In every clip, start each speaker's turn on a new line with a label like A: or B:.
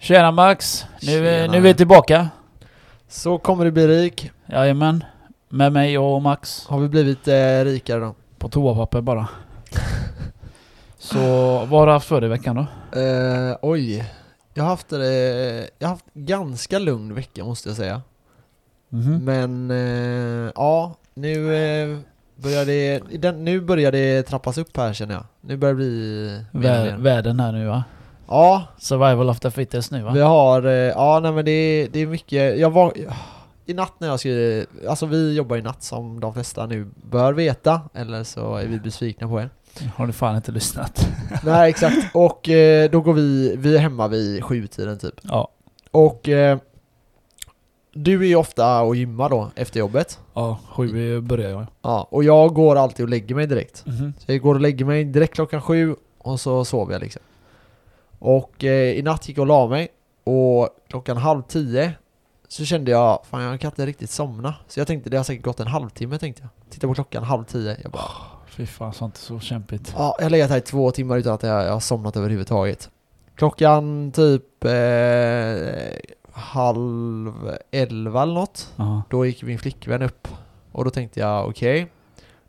A: Tjena Max! Nu,
B: Tjena.
A: nu är vi tillbaka.
B: Så kommer du bli rik.
A: Jajamän. Med mig jag och Max.
B: Har vi blivit eh, rikare då?
A: På toapapper bara. Så vad har du haft för dig i veckan då?
B: Eh, oj. Jag har haft, eh, jag har haft ganska lugn vecka måste jag säga.
A: Mhm.
B: Men eh, ja, nu eh, börjar det, i den, nu börjar det trappas upp här känner jag. Nu börjar det bli mer och
A: Vä-
B: mer.
A: Världen här nu va?
B: Ja,
A: Survival of the fittest nu va?
B: vi har, eh, ja nej men det, det är mycket, jag var, i natt när jag skulle, alltså vi jobbar i natt som de flesta nu bör veta, eller så är vi besvikna på er.
A: Har du fan inte lyssnat?
B: Nej exakt, och eh, då går vi, vi är hemma vid sjutiden typ
A: Ja.
B: Och eh, du är ju ofta och gymmar då efter jobbet
A: Ja, sju börjar jag.
B: Ja, och jag går alltid och lägger mig direkt
A: Mhm.
B: Så jag går och lägger mig direkt klockan sju och så sover jag liksom Och eh, i natt gick jag och la mig och klockan halv tio så kände jag, fan jag kan inte riktigt somna Så jag tänkte, det har säkert gått en halvtimme tänkte jag Titta på klockan halv tio, jag bara
A: Fy fan, sånt är så kämpigt.
B: Ja, jag har legat här i två timmar utan att jag, jag har somnat överhuvudtaget. Klockan typ eh, halv elva eller något,
A: Ja.
B: då gick min flickvän upp. Och då tänkte jag okej,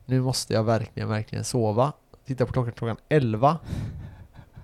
B: nu måste jag verkligen, verkligen sova. Titta på klockan, klockan elva.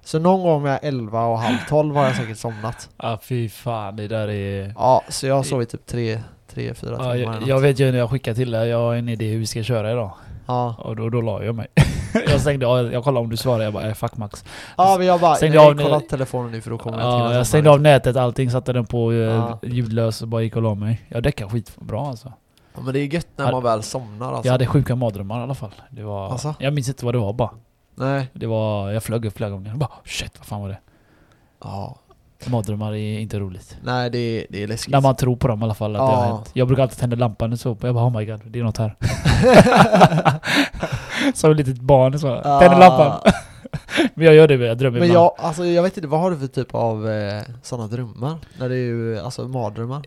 B: Så någon gång mellan elva och halv tolv har jag säkert somnat.
A: Ja, fy fan, det där är...
B: Ja, så jag har sovit typ tre, tre, fyra timmar.
A: Ja,
B: eller
A: jag,
B: något.
A: jag vet ju när jag skickade till dig, jag har en idé hur vi ska köra idag.
B: Ja,
A: Och då, då la jag mig. jag stängde av, jag kollade om du svarade, jag bara eh, fuck Max.
B: ja men jag bara,
A: Stängde
B: nej,
A: av nu-
B: kolla telefonen nu för då kommer jag
A: Ja,
B: hinna
A: jag
B: somna
A: stängde av nätet, allting, satte den på eh,
B: liksom. Ja.
A: ljudlös och bara gick och la mig. Jag däckade skitbra alltså.
B: Ja, men det är gött när man väl somnar alltså.
A: Jag hade sjuka mardrömmar i alla fall. Det var,
B: Alltså?
A: Jag minns inte vad det var bara.
B: Nej.
A: Det var, jag flög upp flera gånger. Jag bara shit, vad fan var det?
B: Ja,
A: Mardrömmar är inte roligt.
B: Nej det är, det är läskigt.
A: När man tror på dem i alla fall att det har
B: Ja.
A: hänt. Jag brukar alltid tända lampan och så. Jag bara oh my god, det är något här. Som ett litet barn så.
B: Ah,
A: Tänder lampan. Men jag gör det, jag drömmer
B: Men
A: ibland.
B: jag, alltså jag vet inte, vad har du för typ av eh, sådana drömmar? När det är ju, alltså mardrömmar?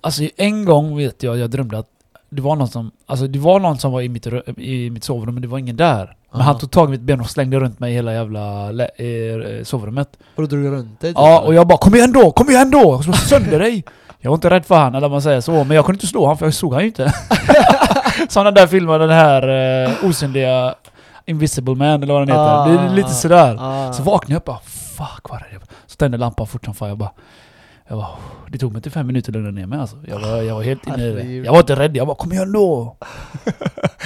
A: Alltså en gång vet jag, jag drömde att det var någon som, alltså det var någon som var i mitt, rö- i mitt sovrum men det var ingen där. Men
B: Aha.
A: han tog tag i mitt ben och slängde runt mig i hela jävla lä- eh, eh, sovrummet.
B: Och då drog du runt dig? typ,
A: Ja,
B: eller?
A: och jag bara 'Kom igen då! Kom igen då! Jag slår sönder dig!' Jag var inte rädd för han, eller man säger så, men jag kunde inte slå han för jag såg han ju inte. Sådana där filmer, den här eh, osynliga Invisible Man eller vad den heter.
B: Ah,
A: det är lite sådär.
B: Ah.
A: Så vaknade jag upp bara 'Fuck vad är det?' Så tände lampan fort som fan, jag bara... Jag bara "Oh." det tog mig till fem minuter att lugna ner mig alltså. Jag var, jag var helt inne i det.
B: Herregud.
A: Jag var inte rädd, jag bara 'Kom igen då!'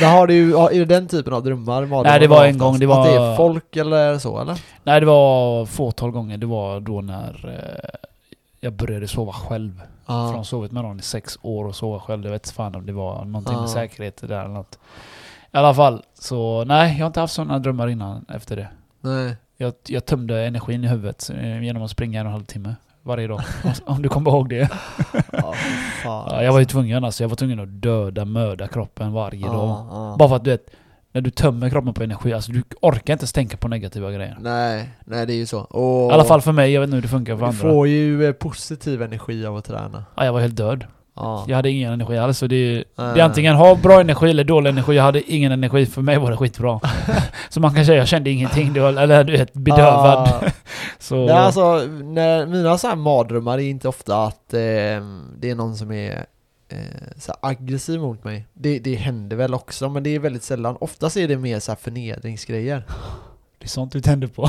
B: Men har du, ja, är det den typen av drömmar? Mardrömmar
A: Nej, det var en
B: oftast?
A: gång, det
B: Att det
A: var-
B: är folk eller så eller?
A: Nej det var fåtal gånger, det var då när eh, jag började sova själv.
B: Ja.
A: Från sovit med någon i sex år och sova själv. Jag vet inte fan om det var någonting
B: Ja.
A: med säkerhet där eller något. I alla fall, så nej, jag har inte haft sådana drömmar innan efter det.
B: Nej.
A: Jag, jag tömde energin i huvudet eh, genom att springa en och en halv timme varje dag. Om- om du kommer ihåg det.
B: Ja, fy Ah, fan.
A: Ja, jag var ju tvungen alltså. Jag var tvungen att döda, mörda kroppen varje
B: Ja,
A: dag.
B: ja.
A: Bara för att du vet, när du tömmer kroppen på energi, alltså du orkar inte ens tänka på negativa grejer.
B: Nej, nej det är ju så. Och
A: I alla fall för mig, jag vet inte hur det funkar för
B: du
A: andra.
B: får ju eh, positiv energi av att träna.
A: Ja, jag var helt död.
B: Ja.
A: Jag hade ingen energi alls. Så det är,
B: Nej.
A: Det är antingen ha bra energi eller dålig energi. Jag hade ingen energi. För mig var det skitbra. så man kan säga jag kände ingenting. Det var, eller du vet, bedövad.
B: Ah.
A: Så,
B: Nej, alltså, när, mina så här mardrömmar är inte ofta att eh, det är någon som är eh, så här aggressiv mot mig. Det, det händer väl också, men det är väldigt sällan. Oftast är det mer så här förnedringsgrejer.
A: Det är sånt du tänder på.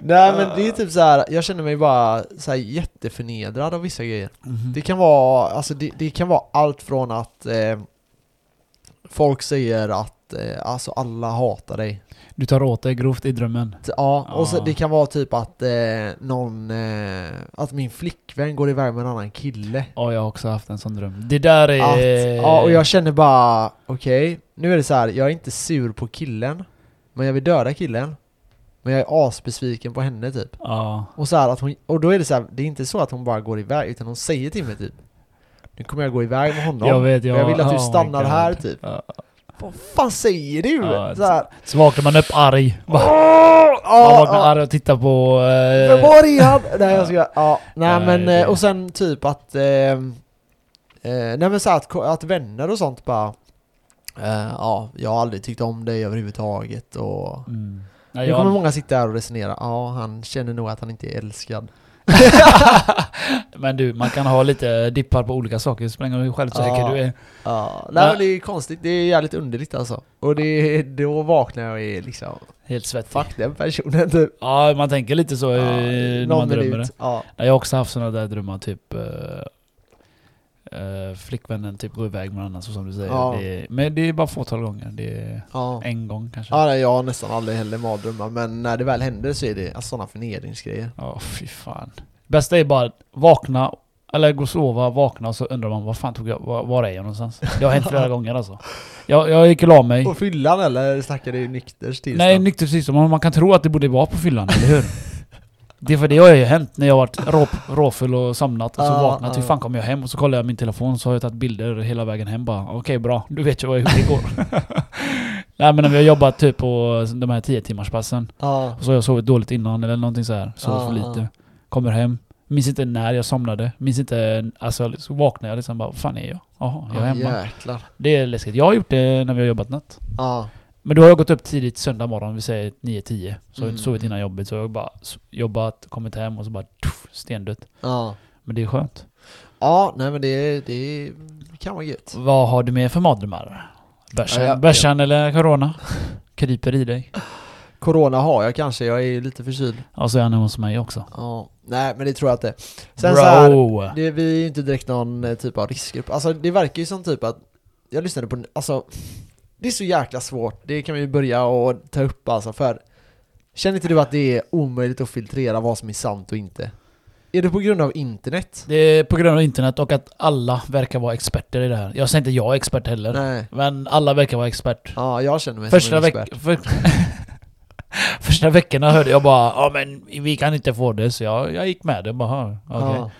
B: Nej, men det är typ så här, jag känner mig bara så här jätteförnedrad av vissa grejer. Det kan vara, alltså det, det kan vara allt från att eh, folk säger att eh, alltså alla hatar dig.
A: Du tar åt dig grovt i drömmen.
B: Ja, och så
A: Ja.
B: det kan vara typ att eh, någon, eh, att min flickvän går iväg med en annan kille.
A: Ja, jag har också haft en sån dröm. Det där är...
B: Att, ja, och jag känner bara, okej, nu är det så här, jag är inte sur på killen, men jag vill döda killen. Men jag är asbesviken på henne typ.
A: Ja.
B: Och, så här, att hon, och då är det så här, det är inte så att hon bara går iväg, utan hon säger till mig typ Nu kommer jag gå iväg med honom,
A: Jag vet,
B: men
A: jag-
B: jag vill att du
A: oh my
B: stannar
A: God."
B: här typ.
A: Ja.
B: Vad fan säger du?
A: Ja,
B: så här,
A: Så vaknar man upp arg.
B: "Åh,
A: Man
B: ja,
A: vaknar
B: ja,
A: arg och tittar på... eh,
B: men var är han? Nej jag ska, ja, nej
A: Nej,
B: men,
A: det-
B: eh, och sen typ att eh, eh, Nej men så här att, ko- att vänner och sånt bara eh, Ja, jag har aldrig tyckt om dig överhuvudtaget och
A: Mm. Nej,
B: nu kommer
A: jag,
B: många sitta här och resonera, ja han känner nog att han inte är älskad.
A: men du, man kan ha lite dippar på olika saker, så länge hur självsäker
B: Ja.
A: du är.
B: Ja,
A: Men-
B: nej, men det är konstigt, det är jävligt underligt alltså. Och det, då vaknar jag och är liksom,
A: Helt svettig.
B: fuck den personen typ.
A: Ja, man tänker lite så eh, när
B: Ja,
A: man drömmer det.
B: Ja.
A: Nej, Jag har också haft sådana där drömmar, typ eh, eh, flickvännen typ går iväg med någon annan, så som du säger.
B: Ja.
A: Det är, men det är bara fåtal gånger. Det är
B: Ja.
A: en gång kanske.
B: Ja, nej, jag har nästan aldrig heller mardrömmar, men när det väl händer så är det alltså, sådana förnedringsgrejer.
A: Ja, fy fan. Bästa är bara att vakna, eller gå och sova, vakna och så undrar man vad fan tog jag, var, var är jag någonstans? Det har hänt flera gånger alltså. Jag, jag gick och la mig.
B: Och fyllan eller snackar du nykters tillstånd?
A: Nej, nyktert tillstånd. Men Man kan tro att det borde vara på fyllan, eller hur? Det är för det har ju hänt när jag har varit rå, råfull och somnat och så
B: Ja,
A: vaknat. Hur
B: ja.
A: fan kom jag hem? Och så kollar jag min telefon så har jag tagit bilder hela vägen hem bara. Okej bra, du vet ju vad jag gjorde igår. Nej men om jag har jobbat typ på de här 10 timmars passen
B: Ja.
A: och så har jag sovit dåligt innan eller någonting så här. Sovit för
B: Ja, ja.
A: lite. Kommer hem. Minns inte när jag somnade. Minns inte... Alltså så vaknar jag liksom bara, vad fan är jag? Jaha, jag är
B: Ja,
A: hemma.
B: jäklar.
A: Det är läskigt. Jag har gjort det när vi har jobbat natt.
B: Ja.
A: Men då har jag gått upp tidigt söndag morgon, vi säger 9-10. Så jag har
B: Mm.
A: inte sovit innan jobbet, så jag har bara s- jobbat, kommit hem och så bara tuff, stendött.
B: Ja.
A: Men det är skönt.
B: Ja, nej men det, det kan vara gött.
A: Vad har du med för mardrömmar? Bärsan,
B: Mm. Ja, ja.
A: bärsan eller corona? Kryper i dig.
B: Corona har jag kanske, jag är ju lite förkyld.
A: Och så är han hemma hos mig också.
B: Ja. Nej men det tror jag inte. Sen
A: Bro!
B: så här, det, vi är ju inte direkt någon eh, typ av riskgrupp. Alltså det verkar ju som typ att, jag lyssnade på, alltså det är så jäkla svårt, det kan vi ju börja och ta upp alltså för Känner inte du att det är omöjligt att filtrera vad som är sant och inte? Är det på grund av internet?
A: Det är på grund av internet och att alla verkar vara experter i det här. Jag säger inte jag är expert heller.
B: Nej.
A: Men alla verkar vara expert.
B: Ja, jag känner mig som
A: Första,
B: en
A: veck
B: expert.
A: för första veckorna hörde jag bara ja men vi kan inte få det så jag, jag gick med det bara. "Ja, okej."
B: Ja.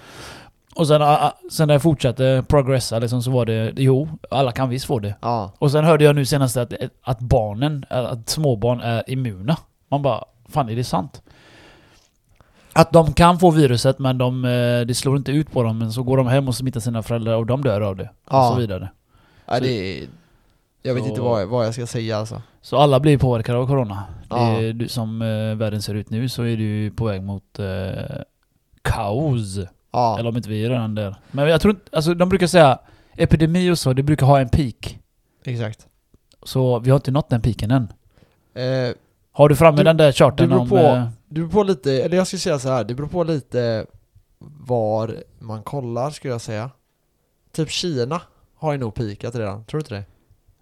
A: Och sen, ah, ah, sen när jag fortsatte progressa liksom, så var det jo, alla kan visst få det.
B: ja.
A: Och sen hörde jag nu senast att, att barnen, att småbarn är immuna. Man bara, fan är det sant? Att de kan få viruset men de, eh, det slår inte ut på dem men så går de hem och smittar sina föräldrar och de dör av det.
B: Ja.
A: Och så vidare.
B: Ja,
A: Så-
B: det är, jag vet
A: så-
B: inte vad, jag- vad jag ska säga alltså.
A: Så alla blir påverkade av corona.
B: Ja.
A: Det är, du, som eh, världen ser ut nu så är du på väg mot eh, kaos.
B: Ja,
A: Eller om inte vi är redan där. Men jag tror inte, alltså de brukar säga epidemi och så, det brukar ha en peak.
B: exakt.
A: Så vi har inte nått den piken än.
B: Eh,
A: Har du framme
B: Du-
A: den där charten
B: det beror
A: om...
B: på.
A: eh,
B: det beror på lite, eller jag skulle säga så här, det beror på lite var man kollar skulle jag säga. Typ Kina har ju nog peakat redan, tror du inte det?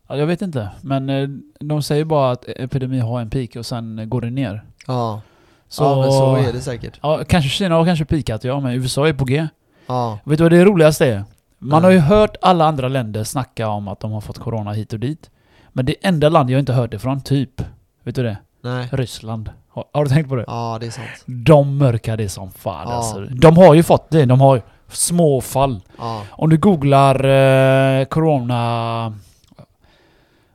A: ja, jag vet inte, men eh, de säger bara att e- epidemi har en peak och sen eh, går det ner.
B: Ja,
A: Så,
B: ja men så är det säkert.
A: Ja, kanske Kina har kanske peakat ja, men USA är på G.
B: Ja,
A: Vet du vad det roligaste är? Man
B: Mm.
A: har ju hört alla andra länder snacka om att de har fått corona hit och dit. Men det enda land jag inte hört det från, typ, vet du det?
B: nej.
A: Ryssland. Har, har du tänkt på det?
B: Ja, det är sant.
A: De mörkar det som fan
B: Ja.
A: alltså. De har ju fått det, de har ju små fall.
B: Ja,
A: Om du googlar eh, corona...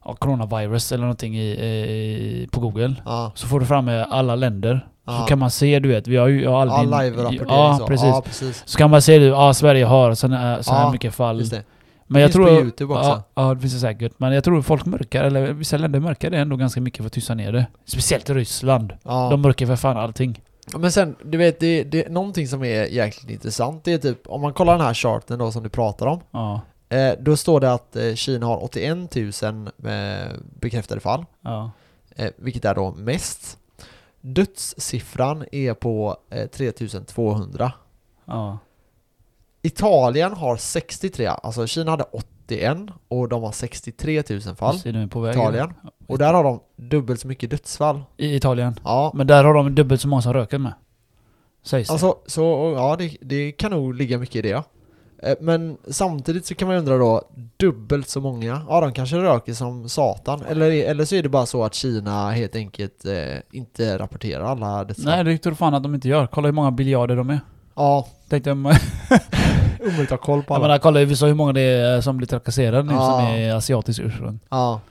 A: Ja, coronavirus eller någonting i, i, på google.
B: ja.
A: Så får du fram eh, alla länder.
B: ja.
A: Så kan man se, du vet, vi har ju jag har
B: ja,
A: aldrig...
B: live-rapportering
A: Ja,
B: så.
A: precis.
B: Ja, precis.
A: Så kan man se, du, ja Sverige har såna, här- så här
B: Ja,
A: mycket fall.
B: Just det.
A: Men jag
B: finns på
A: tror...
B: YouTube också.
A: ja, ja, det finns det säkert. Men jag tror folk mörkar, eller vissa länder mörkar det ändå ganska mycket för att tysta ner det. Speciellt Ryssland.
B: Ja.
A: De mörkar för fan allting.
B: Ja, Men sen, du vet, det, det, någonting som är jäkligt intressant, det är typ, om man kollar den här charten då som du pratar om,
A: Ja.
B: Eh, då står det att eh, Kina har 81 000 eh, bekräftade fall,
A: Ja.
B: eh, vilket är då mest. Dödssiffran är på eh, 3200.
A: Ja.
B: Italien har 63, alltså Kina hade 81 och de har 63 000 fall.
A: Så är de på väg.
B: Italien. Och där har de dubbelt så mycket dödsfall.
A: I Italien.
B: Ja,
A: Men där har de dubbelt så många som röker med. Sägs det.
B: alltså så, och ja det, det kan nog ligga mycket i det. ja. Eh, Men samtidigt så kan man ju undra då, dubbelt så många, ja de kanske röker som satan. Eller, eller så är det bara så att Kina helt enkelt eh, inte rapporterar alla dödsfall.
A: Nej, det tror fan att de inte gör. Kolla hur många biljarder de är.
B: Ja,
A: Tänkte jag,
B: omöjligt att ha koll på
A: jag
B: alla.
A: menar, kolla i USA hur många det är eh, som blir trakasserade nu
B: Ja.
A: som är asiatiskt ursprung.
B: Ja.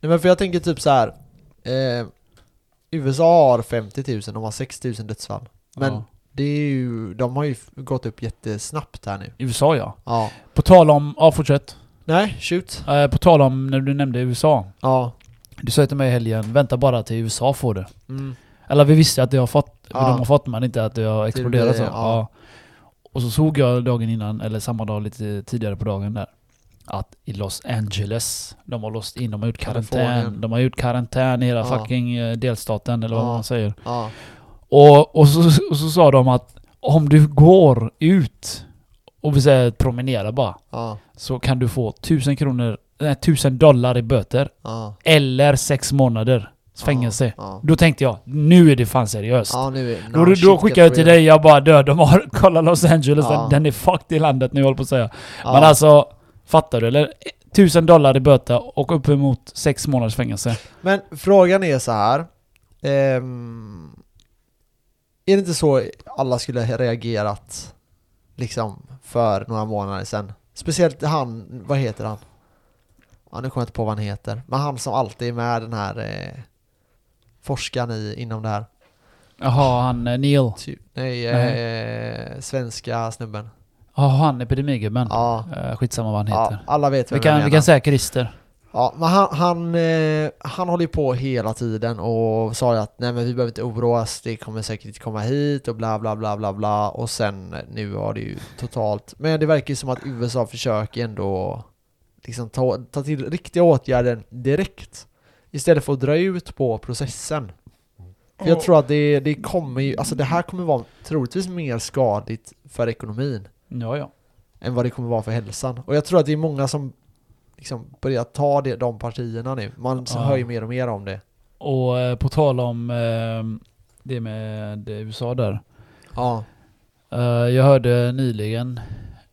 B: Nej men för jag tänker typ så här. Eh, USA har 50 000, de har 6 000 dödsfall. Men
A: Ja.
B: det är ju, de har ju f- gått upp jättesnabbt här nu.
A: USA ja.
B: Ja.
A: På tal om, ja fortsätt.
B: Nej, shoot.
A: Eh, på tal om när du nämnde USA.
B: Ja.
A: Du sa ju till mig i helgen, vänta bara till USA får det.
B: Mm.
A: Eller vi visste att det har fått,
B: Ja.
A: de har fått men inte att det har exploderat så.
B: ja.
A: Ja. Och så såg jag dagen innan, eller samma dag lite tidigare på dagen där, att i Los Angeles, de har låst in, de har gjort karantän,
B: Kalifornien.
A: de har gjort karantän i hela
B: Ja.
A: fucking eh, delstaten eller vad
B: Ja.
A: man säger.
B: Ja.
A: Och, och, så, och så sa de att om du går ut och vi säger promenera bara,
B: Ja.
A: så kan du få 1000 kronor, nej 1000 dollar i böter
B: Ja.
A: eller sex månader fängelse.
B: Ja.
A: Då tänkte jag, nu är det fan seriöst.
B: Ja, nu är
A: Då,
B: now
A: då
B: shit
A: skickade jag
B: gets
A: till
B: real.
A: dig, jag bara dör, de har, kolla Los Angeles,
B: Ja.
A: den, den är fucked i landet nu håller på att säga.
B: Ja.
A: Men alltså, fattar du? Eller? 1000 dollar i böter och uppemot sex månaders fängelse.
B: Men frågan är så här. ehm, är det inte så alla skulle ha reagerat liksom för några månader sedan? Speciellt han, vad heter han? Ja, nu kommer jag inte på vad han heter. Men han som alltid är med den här eh, forskaren i, inom det här.
A: Jaha, han eh, Neil.
B: Ty, nej, eh, svenska snubben.
A: Jaha, han epidemigubben.
B: Ja,
A: Eh, Skitsamma vad han
B: ja
A: heter.
B: alla vet vem
A: vi,
B: jag
A: kan,
B: menar.
A: vi kan säga Christer.
B: Ja, men han, han, eh, han håller ju på hela tiden och sa ju att nej men vi behöver inte oroa oss, det kommer säkert inte komma hit och bla bla bla bla bla och sen eh, nu har det ju totalt, men det verkar ju som att USA försöker ändå liksom ta, ta till riktiga åtgärder direkt istället för att dra ut på processen. För jag tror att det, det kommer ju, alltså det här kommer vara troligtvis mer skadligt för ekonomin
A: Ja, ja.
B: än vad det kommer vara för hälsan. Och jag tror att det är många som liksom börjar ta det, de partierna nu. Man
A: Ja.
B: hör ju mer och mer om det.
A: Och eh, på tal om eh, det med eh, USA där.
B: Ja.
A: Eh, jag hörde nyligen,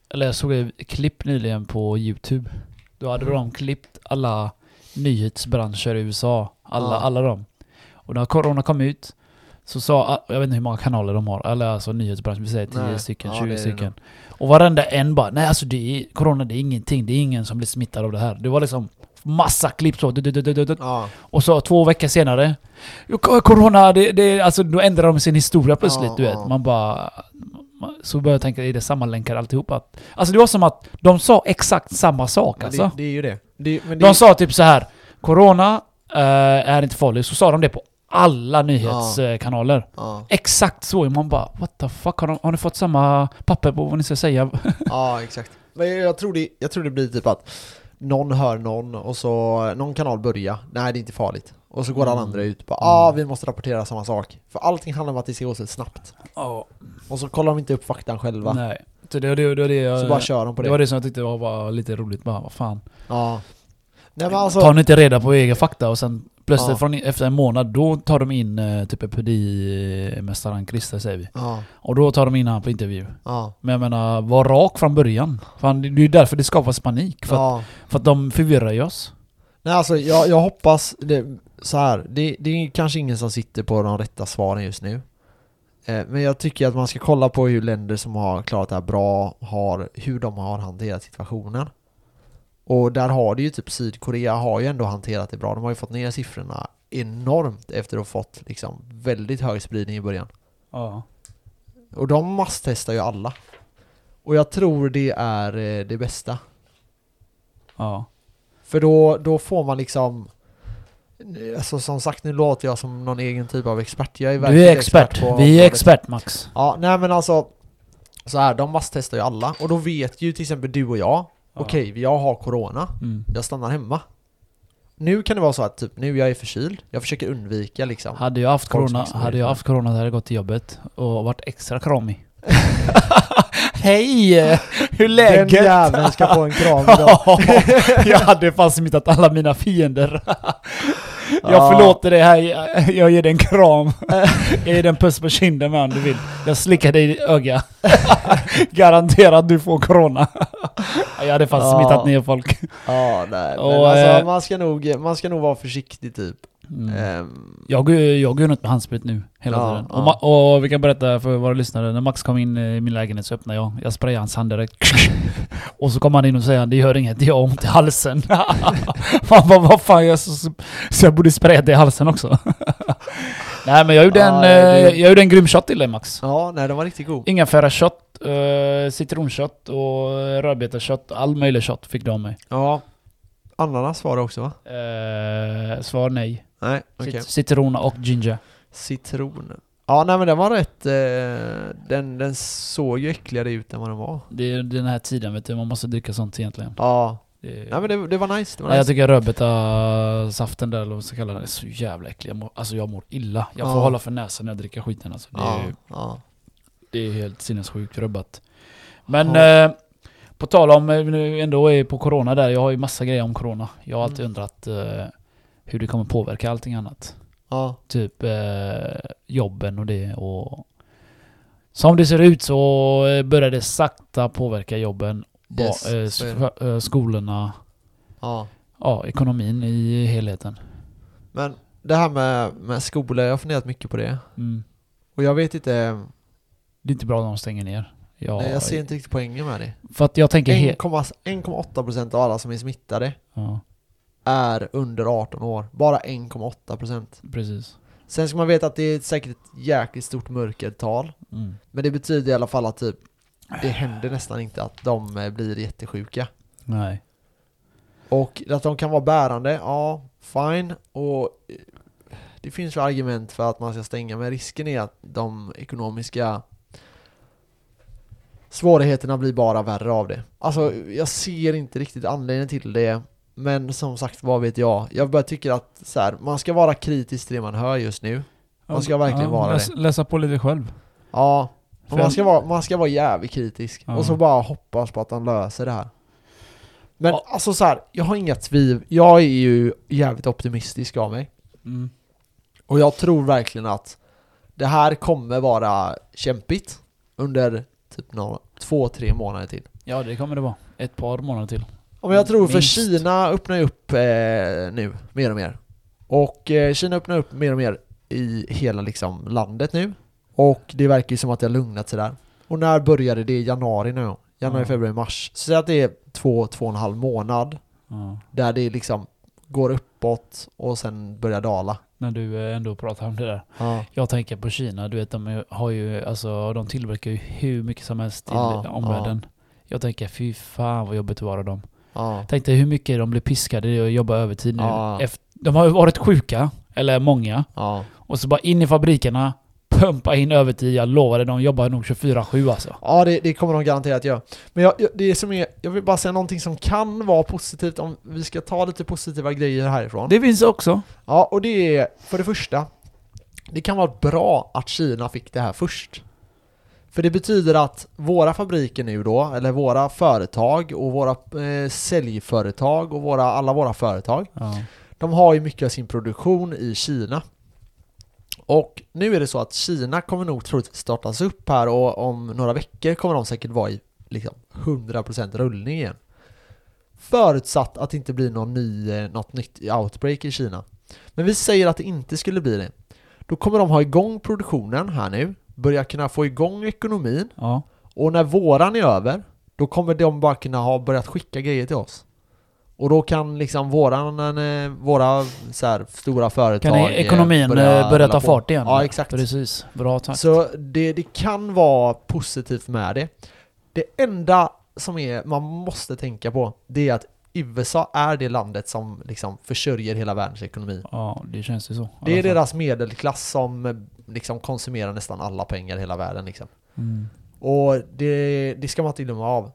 A: eller jag såg ett klipp nyligen på YouTube. Då hade de klippt alla nyhetsbranscher i USA. Alla,
B: Ja.
A: alla de. Och när corona kom ut så sa, ah, jag vet inte hur många kanaler de har, eller alltså nyhetsbranschen, vi säger 10
B: Nej.
A: stycken,
B: Ja,
A: 20
B: det är det
A: stycken. Och varenda en bara, nej alltså det är, corona det är ingenting, det är ingen som blir smittad av det här. Det var liksom massa klipp så, du, du, du, du, du, du.
B: Ja.
A: Och så två veckor senare, "Jo, co- Corona, det, det, alltså, då ändrar de sin historia plötsligt.
B: Ja,
A: du vet.
B: ja.
A: Man bara... man- Så börjar jag tänka, är det sammanlänkat alltihop? Att, alltså det var som att de sa exakt samma sak
B: Men
A: alltså.
B: det, det är ju det. det, men det
A: De sa typ så här Corona eh, är inte farligt, så sa de det på alla nyhetskanaler.
B: ja.
A: Exakt så, man bara what the fuck, har, de, har ni fått samma papper på vad ni ska säga?
B: ja, exakt. Men jag- jag tror, det, jag tror det blir typ att någon hör någon och så någon kanal börjar. Nej, det är inte farligt. Och så går alla
A: Mm.
B: andra ut bara,
A: Mm.
B: ah, vi måste rapportera samma sak. För allting handlar om att det ska gå så snabbt.
A: Ja,
B: Och så kollar de inte upp faktan själva.
A: nej. Så det, det, det, det, jag-
B: Så bara kör de på
A: det
B: det.
A: var det som jag tyckte var bara lite roligt bara, vad fan.
B: Ja. Nej men alltså,
A: Tar ni inte reda på egen fakta och sen plötsligt
B: Ja.
A: från, efter en månad då tar de in eh, typ epidemimästaren Christer säger vi.
B: ja,
A: Och då tar de in han på intervju.
B: ja,
A: Men jag menar, var rak från början. Fan, det det är ju därför det skapas panik. För,
B: ja.
A: att, för att de förvirrar ju oss.
B: Nej alltså jag, jag hoppas det, så här. Det, det är kanske ingen som sitter på de rätta svaren just nu. Eh, Men jag tycker att man ska kolla på hur länder som har klarat det här bra har, hur de har hanterat situationen. Och där har det ju typ Sydkorea har ju ändå hanterat det bra. De har ju fått ner siffrorna enormt efter att ha fått liksom väldigt hög spridning i början.
A: Ja.
B: Och de masstestar ju alla. Och jag tror det är eh, det bästa.
A: Ja.
B: För då, då får man liksom Alltså som sagt, nu låter jag som någon egen typ av expert. Jag är
A: Du
B: verkligen
A: är expert.
B: på
A: Vi är
B: området.
A: expert Max.
B: Ja, nej men alltså så här, de masstestar ju alla och då vet ju till exempel du och jag Okej, jag har corona.
A: Mm.
B: Jag stannar hemma. Nu kan det vara så att typ nu jag är förkyld. Jag försöker undvika liksom.
A: Hade jag haft
B: Folk som
A: corona,
B: exponerar
A: hade
B: sig.
A: jag haft corona hade jag gått till jobbet och varit extra kramig. Hej! Hur är
B: Den
A: läget?
B: jäveln ska få en kram idag.
A: jag hade fan smittat alla mina fiender. jag
B: Ja.
A: förlåter dig här, jag- jag ger dig en kram. jag ger dig en puss på kinden med om du vill. Jag slickar dig i öga. Garanterat du får corona. jag hade fan
B: Ja.
A: smittat ner folk.
B: Ja, nej. Men
A: Och, eh,
B: alltså, man, ska nog, man ska nog vara försiktig typ. Ehm,
A: Jag går ju jag går ju runt med handsprit nu hela
B: Ja,
A: tiden.
B: ja.
A: Och, ma- och vi kan berätta för våra lyssnare, när Max kom in eh, i min lägenhet så öppnade jag. Jag sprayade hans hand direkt. och så kom han in och säger det gör inget, jag har ont i halsen. Man bara, vad fan, jag, så, så jag borde spraya det i halsen också. Nej men jag gjorde,
B: Ja,
A: en,
B: det-
A: eh, jag gjorde en grym shot till dig Max.
B: Ja, nej den var riktigt god.
A: Ingefära shot, eh, citronshot och rödbetashot. All möjlig shot fick du av mig.
B: Ja Ananas var det också va?
A: Eh, svar nej.
B: Nej,
A: Cit-
B: okej.
A: Citrona och ginger.
B: Citron. Ja, nej men den var rätt... Eh, den, den såg ju äckligare ut än vad den var.
A: Det är den här tiden vet du, man måste dricka sånt egentligen.
B: Ja,
A: Det är-
B: nej men det, det var nice. Det var
A: Nej, jag
B: nice.
A: tycker rödbetasaften där, eller vad man ska kalla den, är så jävla äcklig. Jag mår, alltså jag mår illa. Jag får
B: Ja.
A: hålla för näsan när jag dricker skiten alltså. Det är,
B: ja, ja.
A: det är helt sinnessjukt rubbat. Men eh, på tal om, eh, nu ändå är på corona där, jag har ju massa grejer om corona. Jag har alltid
B: Mm.
A: undrat eh, hur det kommer påverka allting annat.
B: ja.
A: Typ eh, jobben och det och... Som det ser ut så eh, börjar det sakta påverka jobben, ba-
B: Yes,
A: eh,
B: så är
A: s- eh, skolorna,
B: ja.
A: ja, ekonomin i helheten.
B: Men det här med, med skola, jag har funderat mycket på det.
A: Mm.
B: Och jag vet inte...
A: Det är inte bra när de stänger ner. Ja,
B: nej, jag ser inte riktigt poängen med det.
A: För att jag tänker helt...
B: 1,8% av alla som är smittade
A: Ja,
B: är under 18 år. Bara 1,8%.
A: precis. jag
B: Sen ska man veta att det är säkert ett jäkligt stort mörkertal.
A: Mm.
B: Men det betyder i alla fall att typ, det händer nästan inte att de eh, blir jättesjuka.
A: Nej.
B: Och att de kan vara bärande, ja, fine. Och eh, det finns ju argument för att man ska stänga, men risken är att de ekonomiska svårigheterna blir bara värre av det. Alltså, jag ser inte riktigt anledningen till det. Men som sagt, vad vet jag? Jag bara tycker att så här, man ska vara kritisk till det man hör just nu. Man ska verkligen vara
A: läs, Läsa på lite själv.
B: Ja,
A: För
B: men man
A: jag-
B: ska vara, man ska vara jävligt kritisk.
A: Ja.
B: Och så bara hoppas på att han löser det här. Men
A: Ja.
B: alltså så här, jag har inga tvivel. Jag är ju jävligt optimistisk av mig.
A: Mm.
B: Och jag tror verkligen att det här kommer vara kämpigt under typ några, två, tre månader till.
A: Ja, det kommer det vara. Ett par månader till.
B: Ja, men jag tror för
A: Minst.
B: Kina öppnar ju upp eh, nu, mer och mer. Och eh, Kina öppnar upp mer och mer i hela liksom, landet nu. Och det verkar ju som att det har lugnat sig där. Och när började det? Januari nu? Januari,
A: Ja.
B: februari, mars. Så säg att det är två, två och en halv månad
A: Ja.
B: där det liksom går uppåt och sen börjar dala.
A: När du eh, ändå pratar om det där.
B: Ja.
A: Jag tänker på Kina, du vet de har ju, alltså de tillverkar ju hur mycket som helst till
B: Ja,
A: omvärlden. Jag tänker fy fan vad jobbigt det var av dem.
B: Ja.
A: Tänk dig hur mycket de blir piskade och jobbar övertid nu.
B: Ja.
A: Efter, de har ju varit sjuka, eller många,
B: Ja.
A: och så bara in i fabrikerna, pumpa in övertid. Jag lovar dig, de jobbar nog 24-7 alltså.
B: Ja, det, det kommer de garanterat göra. Men jag, jag, det som är, jag vill bara säga någonting som kan vara positivt om vi ska ta lite positiva grejer härifrån.
A: Det finns också.
B: Ja, och det är för det första Det kan vara bra att Kina fick det här först För det betyder att våra fabriker nu då, eller våra företag och våra eh, säljföretag och våra, alla våra företag
A: Ja.
B: De har ju mycket av sin produktion i Kina Och nu är det så att Kina kommer nog troligtvis startas upp här och om några veckor kommer de säkert vara i liksom 100% rullning igen Förutsatt att det inte blir någon ny, eh, något nytt outbreak i Kina. Men vi säger att det inte skulle bli det. Då kommer de ha igång produktionen här nu, börja kunna få igång ekonomin
A: ja.
B: och när våran är över, då kommer de bara kunna ha börjat skicka grejer till oss. Och då kan liksom våran, eh, våra så här, stora företag...
A: Kan
B: eh,
A: ekonomin börja, börja
B: rulla
A: ta
B: på.
A: fart igen?
B: Ja, exakt.
A: Precis. Bra tack.
B: Så det, det kan vara positivt med det. Det enda som är, man måste tänka på, det är att USA är det landet som liksom försörjer hela världens ekonomi.
A: Ja, det känns ju så.
B: Det
A: I
B: är
A: alla fall.
B: deras medelklass som eh, liksom konsumerar nästan alla pengar i hela världen. Liksom.
A: Mm.
B: Och det, det ska man inte glömma av.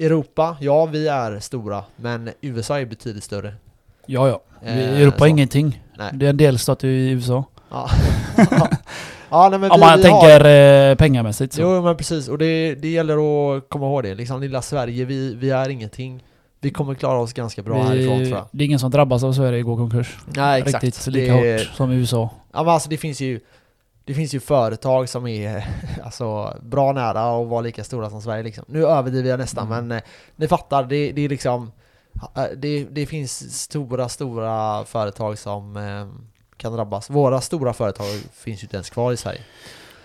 B: Europa, ja vi är stora, men USA är betydligt större.
A: Ja, ja.
B: Eh,
A: Europa är
B: så.
A: ingenting.
B: Nej.
A: Det är en delstat i USA.
B: Ja, ja nej, men
A: Om
B: vi,
A: man
B: vi har...
A: tänker eh, pengamässigt så.
B: Jo men precis, och det, det gäller att komma ihåg det. Liksom lilla Sverige, vi, vi är ingenting. Vi kommer klara oss ganska bra härifrån tror jag.
A: Det är ingen som drabbas av Sverige går konkurs.
B: Nej exakt.
A: Riktigt lika
B: det,
A: hårt som i USA.
B: Ja, men alltså, det finns ju det finns ju företag som är alltså, bra nära att vara lika stora som Sverige liksom. Nu överdriver jag nästan
A: Mm.
B: men eh, ni fattar, det, det är liksom eh, det, det finns stora, stora företag som eh, kan drabbas. Våra stora företag finns ju inte ens kvar i Sverige.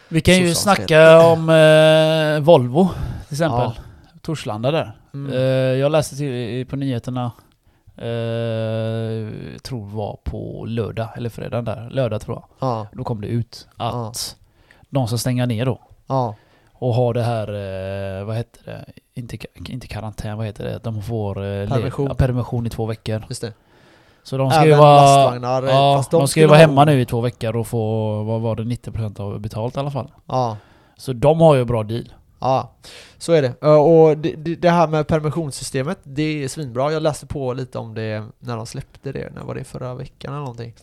A: Vi kan ju
B: Så sant
A: snacka om eh, Volvo till exempel.
B: Ja.
A: Torslanda där.
B: Mm.
A: Eh, jag läste till, på nyheterna, eh, jag tror det var på lördag eller fredag där. Lördag tror jag.
B: Ja,
A: Då kom det ut att
B: Ja.
A: de ska stänga ner då.
B: ja,
A: och har det här, eh, vad heter det, inte, ka- inte karantän, vad heter det? De får eh, le-
B: Permission.
A: ja, permission i två veckor.
B: Just det.
A: Så de ska ju
B: Även
A: vara,
B: lastvagnar. eh,
A: ja,
B: fast
A: de ska ju
B: skulle
A: vara
B: ha-
A: hemma nu i två veckor och få, vad var det, 90% av betalt i alla fall.
B: Ja.
A: Så de har ju bra deal.
B: Ja, så är det. Ö, Och det- det det här med permissionssystemet, det är svinbra. Jag läste på lite om det när de släppte det, när var det förra veckan eller någonting.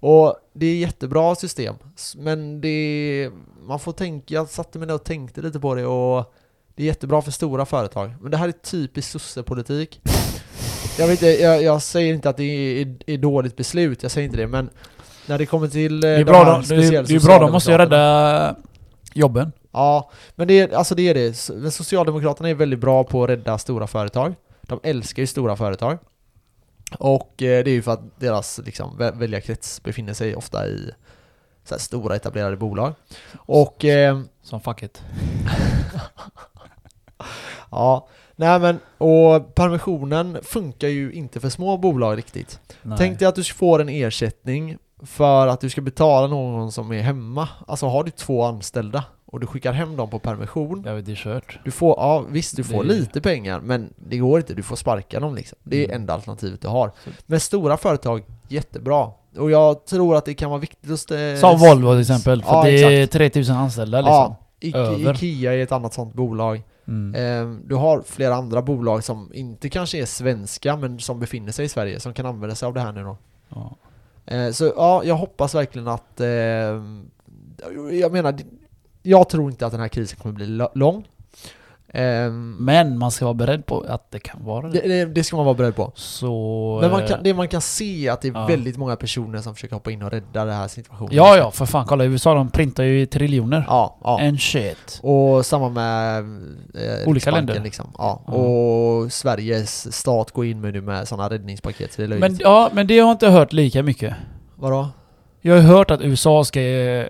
B: Och det är jättebra system, s- men det... Man får tänka, jag satte mig ner och tänkte lite på det och det är jättebra för stora företag. Men det här är typisk sossepolitik. Jag, vet inte, jag, jag säger inte att det är, är, är dåligt beslut, jag säger inte det, men när det kommer till... eh,
A: Det är bra, de, det är, det är bra, de måste ju rädda jobben.
B: Ja, men det är, alltså det är det. S- Men Socialdemokraterna är väldigt bra på att rädda stora företag. De älskar ju stora företag. Och eh, det är ju för att deras liksom, vä- väljarkrets befinner sig ofta i så här, stora etablerade bolag. Och eh,
A: Som facket.
B: ja, nej men, och permissionen funkar ju inte för små bolag riktigt.
A: Nej.
B: Tänk dig att du får en ersättning för att du ska betala någon som är hemma. Alltså har du två anställda och du skickar hem dem på permission
A: Jag vet, det är kört.
B: Du får, ja visst du får
A: Det-
B: lite pengar men det går inte, du får sparka dem liksom. Det är
A: Mm.
B: enda alternativet du har.
A: Så-
B: Men stora företag, jättebra. Och jag tror att det kan vara viktigt att... stä-
A: Som Volvo till exempel, för
B: Eh, Ja,
A: det är
B: exakt.
A: 3000 anställda liksom.
B: Ja, Ike,
A: Över.
B: Ikea är ett annat sånt bolag.
A: Mm.
B: Ehm, Du har flera andra bolag som inte kanske är svenska men som befinner sig i Sverige som kan använda sig av det här nu då.
A: Ja.
B: Eh, Så ja, jag hoppas verkligen att... Eh, jag menar, det- jag tror inte att den här krisen kommer bli lo- lång. Ehm,
A: Men man ska vara beredd på att det kan vara
B: det,
A: det.
B: det, det ska man vara beredd på.
A: Så...
B: Men man kan,
A: eh,
B: det man kan se är att det är
A: Ja.
B: väldigt många personer som försöker hoppa in och rädda den här situationen.
A: Ja, Eh. ja, för fan. Kolla, i USA de printar ju i triljoner.
B: Ja, ja.
A: And shit.
B: Och samma med eh,
A: Olika
B: Riksbanken
A: länder. Mm.
B: Liksom. Ja.
A: Ja.
B: Och Sveriges stat går in med nu med sådana räddningspaket så det är löjligt.
A: Men, ja, men det har jag inte hört lika mycket.
B: Vadå?
A: Jag har hört att USA ska eh,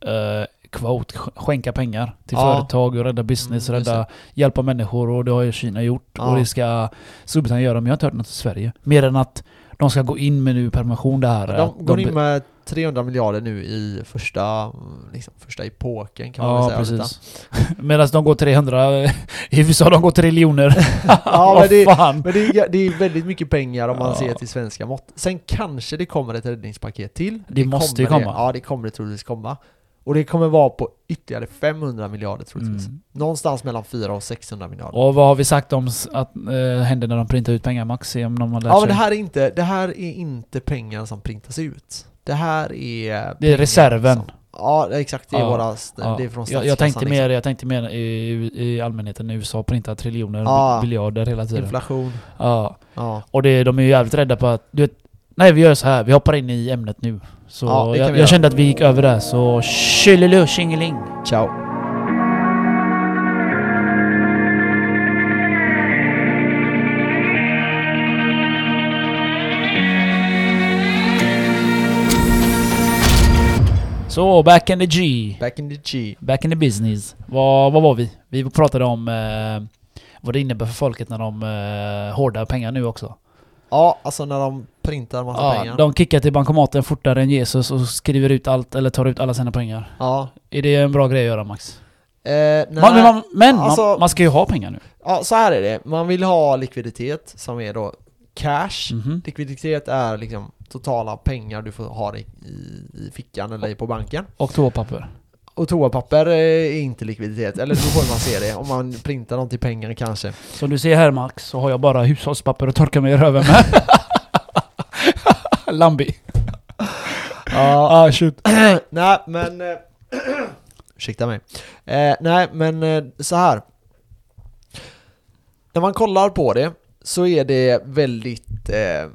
A: eh, quote, sk- skänka pengar till
B: Ja.
A: företag och rädda business,
B: Mm, just
A: rädda, hjälpa människor och det har ju Kina gjort.
B: Ja.
A: Och det ska Storbritannien göra, men jag har inte hört något i Sverige. Mer än att de ska gå in med nu permission det här. att
B: De går in
A: be-
B: med 300 miljarder nu i första, mm, liksom, första epoken kan man
A: Ja,
B: väl säga. Utan-
A: precis. Medan de går 300, i USA de går triljoner.
B: Ja, men
A: Vad
B: det,
A: fan!
B: men det, är, det är väldigt mycket pengar om man
A: Ja.
B: ser till svenska mått. Sen kanske det kommer ett räddningspaket till.
A: Det måste ju
B: Det.
A: komma.
B: Ja, det kommer det troligtvis komma. Och det kommer vara på ytterligare 500 miljarder troligtvis.
A: Mm.
B: Någonstans mellan 400 och 600 miljarder.
A: Och vad har vi sagt om s- att eh, händer när de printar ut pengar max? Se om de har lärt
B: ja, men
A: sig.
B: det här, är inte, det här är inte pengar som printas ut. Det här är...
A: det är
B: pengar
A: reserven.
B: Som, ja, exakt. Det är,
A: Ja,
B: våra,
A: Ja.
B: eh, det är från
A: jag, jag tänkte
B: statskassan, liksom.
A: mer, jag tänkte mer i, i allmänheten i USA printar triljoner och
B: Ja.
A: biljarder hela
B: liksom.
A: tiden.
B: Inflation.
A: Ja.
B: Ja.
A: Och det, de är ju jävligt rädda på att... Du vet, nej vi gör så här, vi hoppar in i ämnet nu. Så
B: Ja, det kan vi
A: jag,
B: göra.
A: jag kände att vi gick över där, så tjolilu tjingeling!
B: Ciao.
A: Så back in the G.
B: Back in the G.
A: Back in the business. Vad, vad var vi? Vi pratade om eh, vad det innebär för folket när de eh, hårdar pengar nu också.
B: Ja, alltså när de printar massa
A: Ja,
B: pengar.
A: de kickar till bankomaten fortare än Jesus och skriver ut allt eller tar ut alla sina pengar.
B: Ja.
A: Är det en bra grej att göra Max?
B: Eh, nej.
A: Man, men man, men
B: Alltså-
A: man, man ska ju ha pengar nu.
B: Ja, så här är det. Man vill ha likviditet som är då cash.
A: Mhm.
B: Likviditet är liksom totala pengar du får ha i, i, i fickan eller i- på banken.
A: Och toapapper.
B: Och toapapper eh, är inte likviditet, eller så får man se det om man printar någonting pengar kanske.
A: Som du ser här Max, så har jag bara hushållspapper att torka mig i röven med. Lambi.
B: Ja,
A: Ah shit.
B: nej men... eh, Ursäkta mig. Eh, nej men eh, så här. När man kollar på det så är det väldigt eh,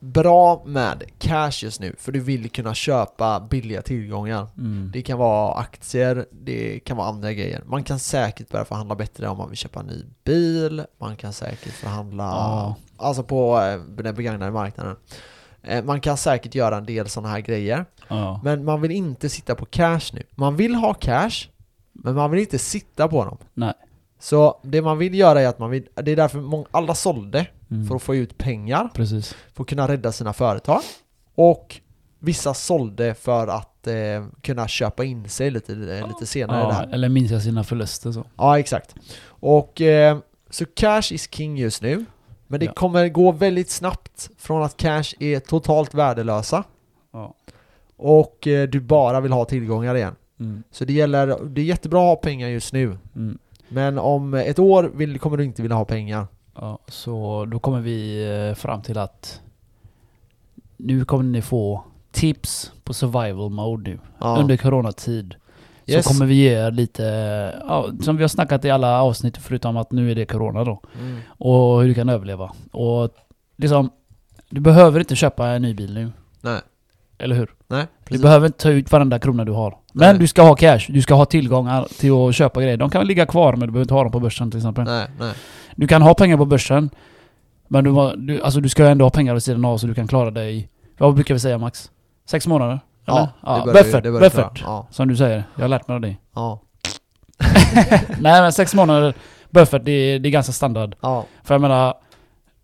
B: bra med cash just nu för du vill kunna köpa billiga tillgångar.
A: Mm.
B: Det kan vara aktier, det kan vara andra grejer. Man kan säkert börja förhandla bättre om man vill köpa en ny bil, man kan säkert förhandla
A: Ja.
B: alltså på eh, den begagnade marknaden. Eh, Man kan säkert göra en del sådana här grejer.
A: Ja.
B: Men man vill inte sitta på cash nu. Man vill ha cash, men man vill inte sitta på dem.
A: Nej.
B: Så det man vill göra är att man vill, det är därför många, alla sålde
A: Mm.
B: för att få ut pengar,
A: Precis.
B: för att kunna rädda sina företag. Och Vissa sålde för att eh, kunna köpa in sig lite, eh, lite senare
A: Ja,
B: där.
A: eller minska sina förluster så.
B: Ja, exakt. Och eh, så cash is king just nu. Men det
A: Ja.
B: kommer gå väldigt snabbt från att cash är totalt värdelösa
A: Ja.
B: och eh, du bara vill ha tillgångar igen.
A: Mm.
B: Så det gäller, det är jättebra att ha pengar just nu.
A: Mm.
B: Men om ett år vill, kommer du inte vilja ha pengar.
A: Ja, så då kommer vi eh, fram till att nu kommer ni få tips på survival mode nu.
B: Ja.
A: Under coronatid.
B: Yes.
A: Så kommer vi ge er lite, ja, som vi har snackat i alla avsnitt förutom att nu är det corona då.
B: Mm.
A: Och hur du kan överleva. Och liksom, du behöver inte köpa en ny bil nu.
B: Nej.
A: Eller hur?
B: Nej,
A: Du
B: precis.
A: behöver inte ta ut varenda krona du har. Men
B: Nej.
A: du ska ha cash, du ska ha tillgångar till att köpa grejer. De kan ligga kvar men du behöver inte ha dem på börsen till exempel.
B: Nej, nej.
A: Du kan ha pengar på börsen, men du, må- du, alltså, du ska ändå ha pengar vid sidan av så du kan klara dig, vad brukar vi säga Max? Sex månader? Eller?
B: det börjar ju-
A: buffert,
B: det börjar
A: buffert.
B: klara. Ja,
A: Som du säger, jag har lärt mig av dig.
B: ja,
A: Nej men sex månader buffert, det är, det är ganska standard.
B: ja.
A: För jag menar,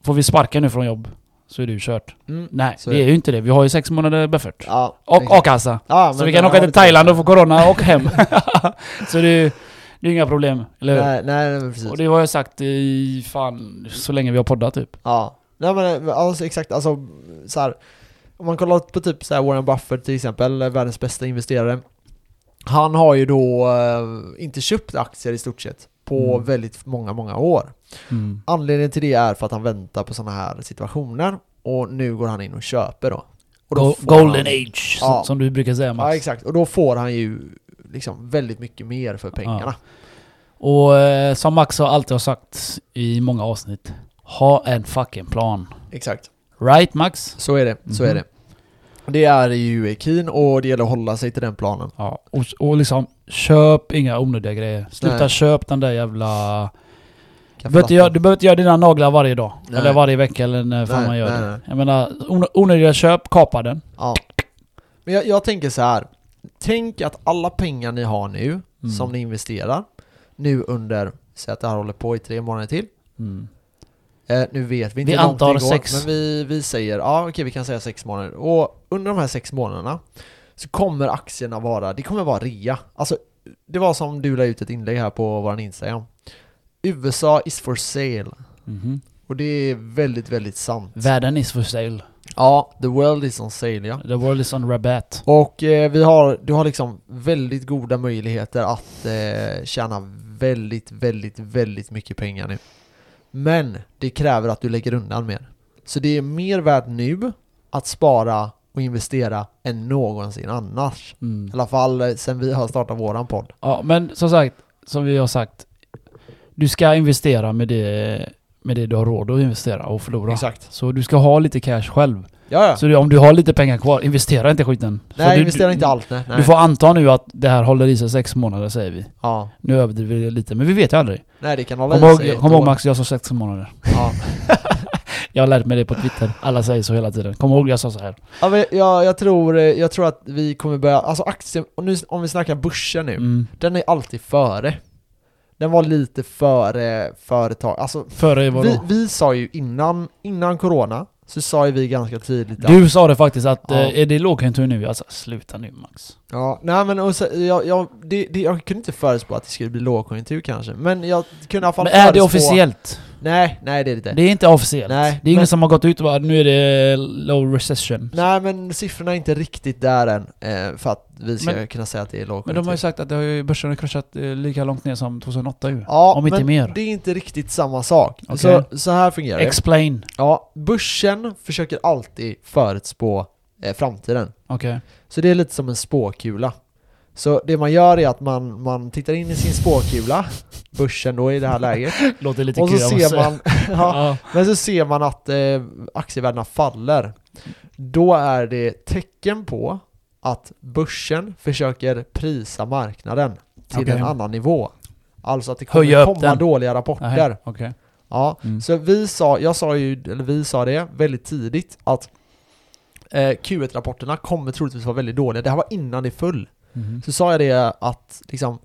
A: får vi sparka nu från jobb så är det ju kört.
B: Mm.
A: Nej,
B: Så är
A: det är ju inte det. Vi har ju sex månader buffert.
B: ja
A: Och
B: exakt.
A: a-kassa.
B: Ja, men
A: Så vi
B: den
A: kan
B: har
A: åka till
B: lite-
A: Thailand och få corona och hem. så det är ju det är inga problem, eller hur?
B: Nej, nej, nej men precis.
A: Och det har jag sagt i fan, så länge vi har poddat typ.
B: Ja, nej men eh, alltså, exakt alltså så här, Om man kollar på typ så här Warren Buffett till exempel, eh, världens bästa investerare Han har ju då eh, inte köpt aktier i stort sett på
A: Mm.
B: väldigt många, många år Anledningen till det är för att han väntar på sådana här situationer Och nu går han in och köper då, och då
A: Go-
B: får
A: Golden
B: han,
A: age,
B: Ja.
A: som, som du brukar säga
B: Ja
A: Max.
B: exakt, och då får han ju liksom väldigt mycket mer för pengarna
A: och eh, som Max har alltid har sagt i många avsnitt, ha en fucking plan.
B: Exakt
A: Right Max?
B: Så är det, så är
A: Mhm.
B: det Det är ju keen och det gäller att hålla sig till den planen
A: Ja, och, och liksom köp inga onödiga grejer. Sluta
B: Nej.
A: köp den där jävla... Du
B: Kaffe
A: behöver, inte
B: latte.
A: göra, du behöver inte göra dina naglar varje dag.
B: Nej.
A: Eller varje vecka eller när fan
B: Nej,
A: man gör
B: nej,
A: det.
B: nej.
A: Jag menar, on- onödiga köp, kapa den.
B: Ja. Men jag, jag tänker så här. Tänk att alla pengar ni har nu,
A: Mm.
B: som ni investerar, nu under, säg att det här håller på i tre månader till. Mm. Eh, nu vet vi inte
A: Vi
B: hur långt
A: antar
B: det går,
A: sex.
B: men vi, vi säger, ja okej vi kan säga sex månader. Och under de här sex månaderna så kommer aktierna vara, det kommer vara rea. Alltså, det var som du la ut ett inlägg här på våran Instagram. USA is for sale.
A: Mhm.
B: Och det är väldigt, väldigt sant.
A: Världen is for sale.
B: Ja, the world is on sale ja.
A: The world is on rabat.
B: Och eh, vi har, du har liksom väldigt goda möjligheter att eh, tjäna väldigt, väldigt, väldigt mycket pengar nu. Men det kräver att du lägger undan mer. Så det är mer värt nu att spara och investera än någonsin annars.
A: Mm.
B: I alla fall eh, sen vi har startat våran podd.
A: Ja, men som sagt, som vi har sagt. Du ska investera med det, med det du har råd att investera och förlora.
B: Exakt.
A: Så du ska ha lite cash själv.
B: Ja, ja.
A: Så det, om du har lite pengar kvar, investera inte skiten. Så
B: nej,
A: du,
B: investera
A: du,
B: inte allt. Nej, nej.
A: Du får anta nu att det här håller i sig sex månader säger vi.
B: Ja.
A: Nu överdriver vi lite, men vi vet ju aldrig.
B: Nej, det kan hålla
A: Kom
B: i sig
A: ihåg,
B: ett
A: kom ihåg
B: år.
A: Max, jag sa sex månader.
B: Ja.
A: Jag har lärt mig det på Twitter. Alla säger så hela tiden. Kom ihåg jag sa så här.
B: Ja, men jag, jag, tror, eh, jag tror att vi kommer börja, alltså aktier, och nu, om vi snackar börsen nu.
A: Mm.
B: Den är alltid före. Den var lite före företag. Alltså,
A: Före vadå?
B: vi, vi sa ju innan, innan corona, så sa ju vi ganska tydligt att...
A: Du sa det faktiskt att
B: Ja.
A: eh, är det lågkonjunktur nu? Jag sa sluta nu Max.
B: Ja, nej men och så, jag, jag, det, det, jag kunde inte förutspå att det skulle bli lågkonjunktur kanske, men jag kunde i alla fall
A: Men är det
B: förutspå-
A: officiellt?
B: Nej, nej det är det inte.
A: Det är inte officiellt.
B: Nej,
A: det är ingen
B: men-
A: som har gått ut och bara nu är det low recession.
B: Nej men siffrorna är inte riktigt där än, eh, för att vi ska
A: Men-
B: kunna säga att det är
A: Men
B: lågkonjunktur.
A: de har ju sagt att det har ju, börsen har kraschat eh, lika långt ner som 2008 ju.
B: ja,
A: typ. om inte
B: men
A: mer.
B: det är inte riktigt samma sak.
A: Okej.
B: Så, så här fungerar det.
A: Explain.
B: Ja, börsen försöker alltid förutspå eh, framtiden.
A: Okej.
B: Så det är lite som en spåkula. Så det man gör är att man, man tittar in i sin spåkula, börsen då i det här läget,
A: Låter lite
B: och så
A: kul. jag måste
B: ser
A: säga.
B: man, ja,
A: Ja.
B: men så ser man att eh, aktievärdena faller. Då är det tecken på att börsen försöker prisa marknaden till
A: Okej.
B: en annan nivå. Alltså att det kommer
A: Höja upp
B: komma
A: den.
B: dåliga rapporter.
A: Nej, Okej.
B: Ja,
A: Mm.
B: så vi sa, jag sa ju, eller vi sa det väldigt tidigt att eh, Q1-rapporterna kommer troligtvis vara väldigt dåliga. Det här var innan det föll.
A: Mhm.
B: Så sa jag det att liksom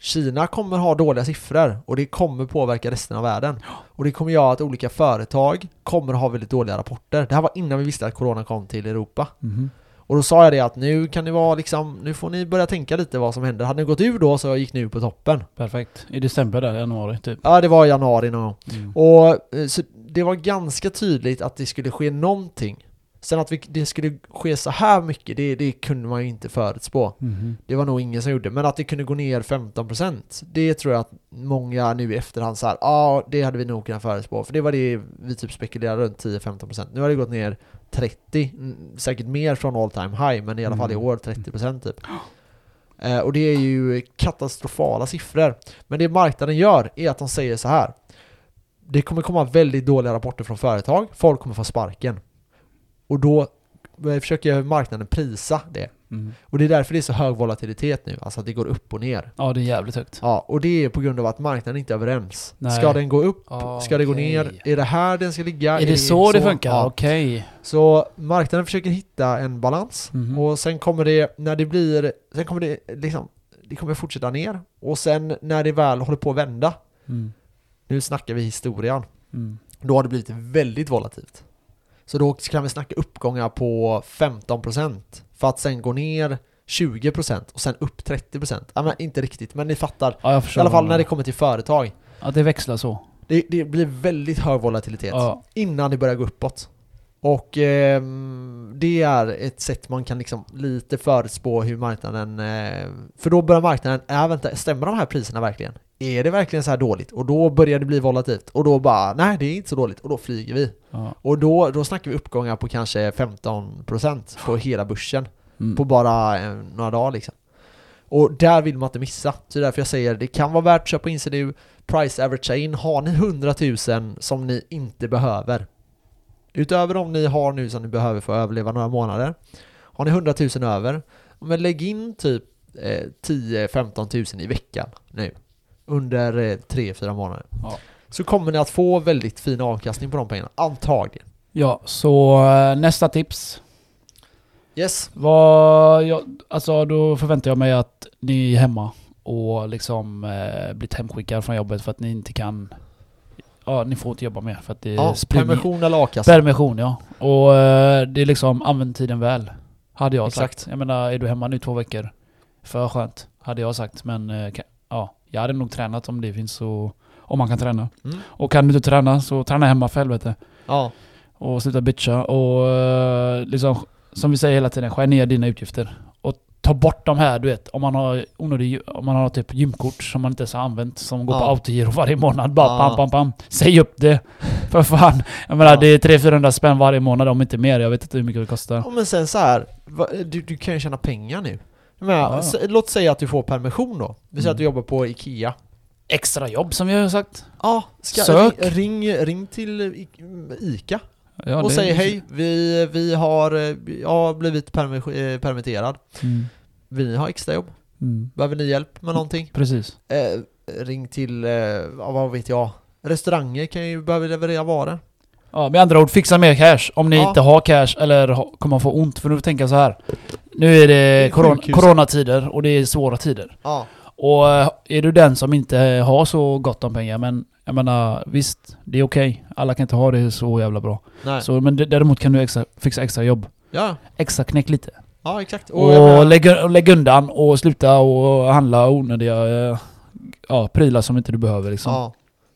B: Kina kommer ha dåliga siffror och det kommer påverka resten av världen. Och det kommer göra att olika företag kommer ha väldigt dåliga rapporter. Det här var innan vi visste att corona kom till Europa.
A: Mhm.
B: Och då sa jag det att nu kan ni vara liksom, nu får ni börja tänka lite vad som händer. Hade ni gått ur då så gick ni ur på toppen.
A: Perfekt. I december där, januari typ.
B: Ja, det var i januari någon gång.
A: Mm.
B: Och eh, så det var ganska tydligt att det skulle ske någonting. Sen att vi, det skulle ske så här mycket, det, det kunde man ju inte förutspå.
A: Mhm.
B: Det var nog ingen som gjorde, men att det kunde gå ner 15% Det tror jag att många nu i efterhand såhär, ja ah, det hade vi nog kunnat förutspå För det var det vi typ spekulerade runt 10-15% Nu har det gått ner 30 mm, Säkert mer från all time high, men i alla fall i
A: Mm.
B: år 30% typ eh, Och det är ju katastrofala siffror Men det marknaden gör är att de säger så här Det kommer komma väldigt dåliga rapporter från företag Folk kommer få sparken Och då eh, försöker marknaden prisa det
A: Mm.
B: och det är därför det är så hög volatilitet nu, alltså att det går upp och ner.
A: Ja, det är jävligt högt.
B: Ja, och det är på grund av att marknaden inte är överens.
A: Nej.
B: Ska den gå upp?
A: Ah,
B: Ska det gå
A: okej.
B: ner? Är det här den ska ligga?
A: är det så det funkar?
B: Ja.
A: Okej.
B: Så marknaden försöker hitta en balans
A: Mhm.
B: och sen kommer det, när det blir, sen kommer det liksom, det kommer fortsätta ner och sen när det väl håller på att vända,
A: Mm.
B: nu snackar vi historien,
A: Mm.
B: då har det blivit väldigt volatilt. Så då kan vi snacka uppgångar på 15% för att sen gå ner 20% och sen upp 30%. Ja, men inte riktigt, men ni fattar.
A: Ja, jag
B: I
A: förstår.
B: alla
A: vad
B: fall
A: du
B: när det
A: menar.
B: kommer till företag.
A: Att det växlar så.
B: Det, det blir väldigt hög volatilitet
A: Ja.
B: innan det börjar gå uppåt. Och ehm, det är ett sätt man kan liksom lite förutspå hur marknaden... Eh, för då börjar marknaden, äh, vänta, stämmer de här priserna verkligen? Är det verkligen så här dåligt? Och då börjar det bli volatilt. Och då bara, nej det är inte så dåligt. Och då flyger vi.
A: Ja.
B: Och då, då snackar vi uppgångar på kanske 15% på hela börsen
A: Mm.
B: på bara eh, några dagar liksom. Och där vill man inte missa. Så det är därför jag säger det kan vara värt att köpa in sig nu. Price average in. Har ni 100 000 som ni inte behöver utöver de ni har nu som ni behöver för att överleva några månader. Har ni 100 000 över, men lägg in typ eh, 10-15 000 i veckan nu under eh, 3-4 månader.
A: Ja.
B: Så kommer ni att få väldigt fin avkastning på de pengarna, antagligen.
A: ja, så eh, nästa tips. Eh,
B: Yes.
A: Vad jag, alltså då förväntar jag mig att ni är hemma och liksom eh, blivit hemskickad från jobbet för att ni inte kan... Ja, ni får inte jobba mer för att det
B: Ja,
A: springer...
B: permission eller a-kassa.
A: Permission ja. Och eh, det är liksom, använd tiden väl. Hade jag
B: Exakt.
A: sagt. Jag menar, är du hemma nu två veckor? För skönt. Hade jag sagt. Men eh, ka- ja, jag hade nog tränat om det finns så... Om man kan träna.
B: Mm.
A: Och kan du inte träna så träna hemma för helvete.
B: Ja.
A: Och sluta bitcha och eh, liksom, som vi säger hela tiden, skär ner dina utgifter. Och ta bort de här, du vet, om man har onödig, om man har typ gymkort som man inte ens har använt, som går på
B: Ja.
A: autogiro varje månad. Bara
B: Ja.
A: pam, pam, pam. Säg upp det! För fan. Jag menar,
B: Ja.
A: det är 300-400 spänn varje månad, om inte mer. Jag vet inte hur mycket det kostar.
B: Ja, men sen så här, va- du, du kan ju tjäna pengar nu. Men,
A: Ja.
B: Låt säga att du får permission då. Vi säger
A: Mm.
B: att du jobbar på IKEA.
A: Extra jobb som vi har sagt.
B: Ja, ska,
A: Sök.
B: Ring, ring till I- ICA
A: Ja,
B: och
A: det-
B: säg hej, vi, vi har eh, jag har blivit permission, eh, permitterad.
A: Mm.
B: Vi har extrajobb.
A: Mm.
B: Behöver ni hjälp med någonting?
A: Precis.
B: Eh, ring till, eh, ja, vad vet jag, restauranger kan ju behöva leverera varor.
A: Ja, med andra ord, fixa mer cash om ni
B: Ja.
A: inte har cash eller ha- kommer få ont. För nu tänker jag så här. Nu är det
B: är
A: corona,
B: sjukhuset.
A: coronatider och det är svåra tider.
B: Ja,
A: Och eh, är du den som inte har så gott om pengar, men jag menar visst, det är okej. Alla kan inte ha det så jävla bra.
B: nej.
A: Så, men d- däremot kan du extra, fixa extra jobb.
B: Ja,
A: Extra knäck lite.
B: ja, exakt. Och jag menar-
A: Och lägg, och lägg undan och sluta och handla onödiga eh, ja, prylar som inte du behöver liksom.
B: Ja.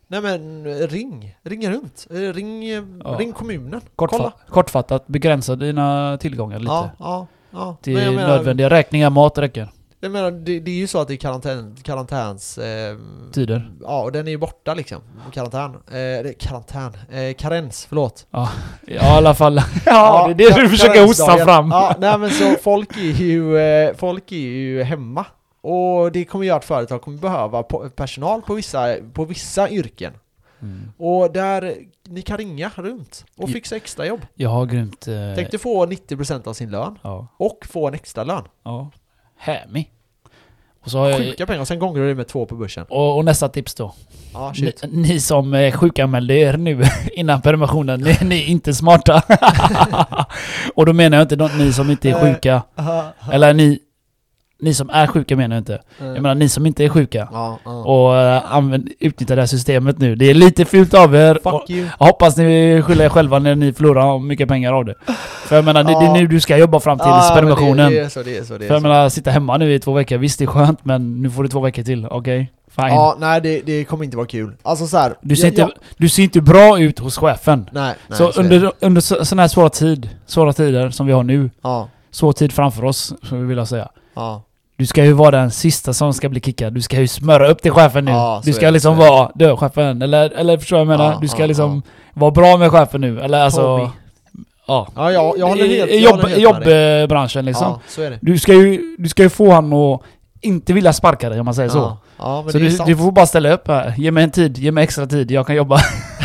B: Nej men eh, ring, ring runt, Eh, ring, eh,
A: Ja.
B: ring kommunen.
A: Kortfa- kortfattat, begränsa dina tillgångar lite.
B: Ja, ja, ja.
A: Till
B: Men jag menar,
A: nödvändiga räkningar, mat räcker.
B: jag menar det, det är ju så att det är karantän, karantäns... Eh,
A: Tider.
B: ja, och den är ju borta liksom. Karantän. Eh, det- karantän. Eh, karens, förlåt.
A: Ja, i alla fall. ja, det är det
B: kar-
A: du försöker hosta
B: karensdagen.
A: fram.
B: Ja, nej men så folk är ju, eh, folk är ju hemma. Och det kommer göra att företag kommer behöva po- personal på vissa, på vissa yrken.
A: Mm.
B: Och där, ni kan ringa runt och
A: Ja.
B: fixa extra jobb.
A: Jag har grymt... Eh,
B: Tänk du få 90% av sin lön
A: ja.
B: och få en extra lön.
A: Ja. Hämi. Och, så har jag,
B: Sjuka pengar och sen gånger du det med två på börsen.
A: och, och nästa tips då.
B: Ja,
A: Ni,
B: Ah, shit.
A: ni som eh, sjukanmälde er nu innan permissionen, ni, ni är inte smarta.
B: Eh,
A: och då menar jag inte de, ni som inte är sjuka. Eller ni... Ni som är sjuka menar jag inte.
B: Mm.
A: Jag menar ni som inte är sjuka.
B: ja, ja.
A: Och eh, använd, utnyttja det här systemet nu. Det är lite fult av er. Och
B: Fuck you.
A: jag hoppas ni skyller er själva när ni förlorar mycket pengar av det. För jag menar, det, det
B: Ja.
A: är nu du ska jobba fram till
B: Ja, Ah, men
A: permissionen.
B: Det, det är så, det är så. Det
A: För
B: är
A: jag
B: så.
A: menar, sitta hemma nu i två veckor, visst det är skönt men nu får du två veckor till, okej? fine.
B: Ja, nej det, det kommer inte vara kul. Alltså så här,
A: du, ser
B: jag-
A: inte,
B: jag-
A: du ser inte bra ut hos chefen.
B: Nej, nej.
A: så,
B: är det.
A: under, under så- sådana här svåra, tid, svåra tider som vi har nu,
B: Ja,
A: svår tid framför oss, som vi vill jag säga.
B: ja.
A: Du ska ju vara den sista som ska bli kickad, du ska ju smöra upp till chefen nu.
B: Ja, så
A: du
B: är
A: ska
B: det,
A: liksom
B: så är det.
A: vara, dö chefen, eller, eller förstår jag vad jag menar?
B: Ja,
A: du ska
B: ja,
A: liksom vara bra med chefen nu, eller
B: Tommy.
A: alltså... Ja.
B: Ja, jag, jag håller
A: I-
B: helt,
A: i
B: jag
A: jobb,
B: håller helt med dig.
A: Jobbbranschen liksom.
B: Ja, så är det.
A: Du ska ju, du ska ju få han att inte vilja sparka dig om man säger så.
B: Ja, ja men
A: Så
B: det är
A: du,
B: sant.
A: du får bara ställa upp här. Ge mig en tid, ge mig extra tid, jag kan jobba.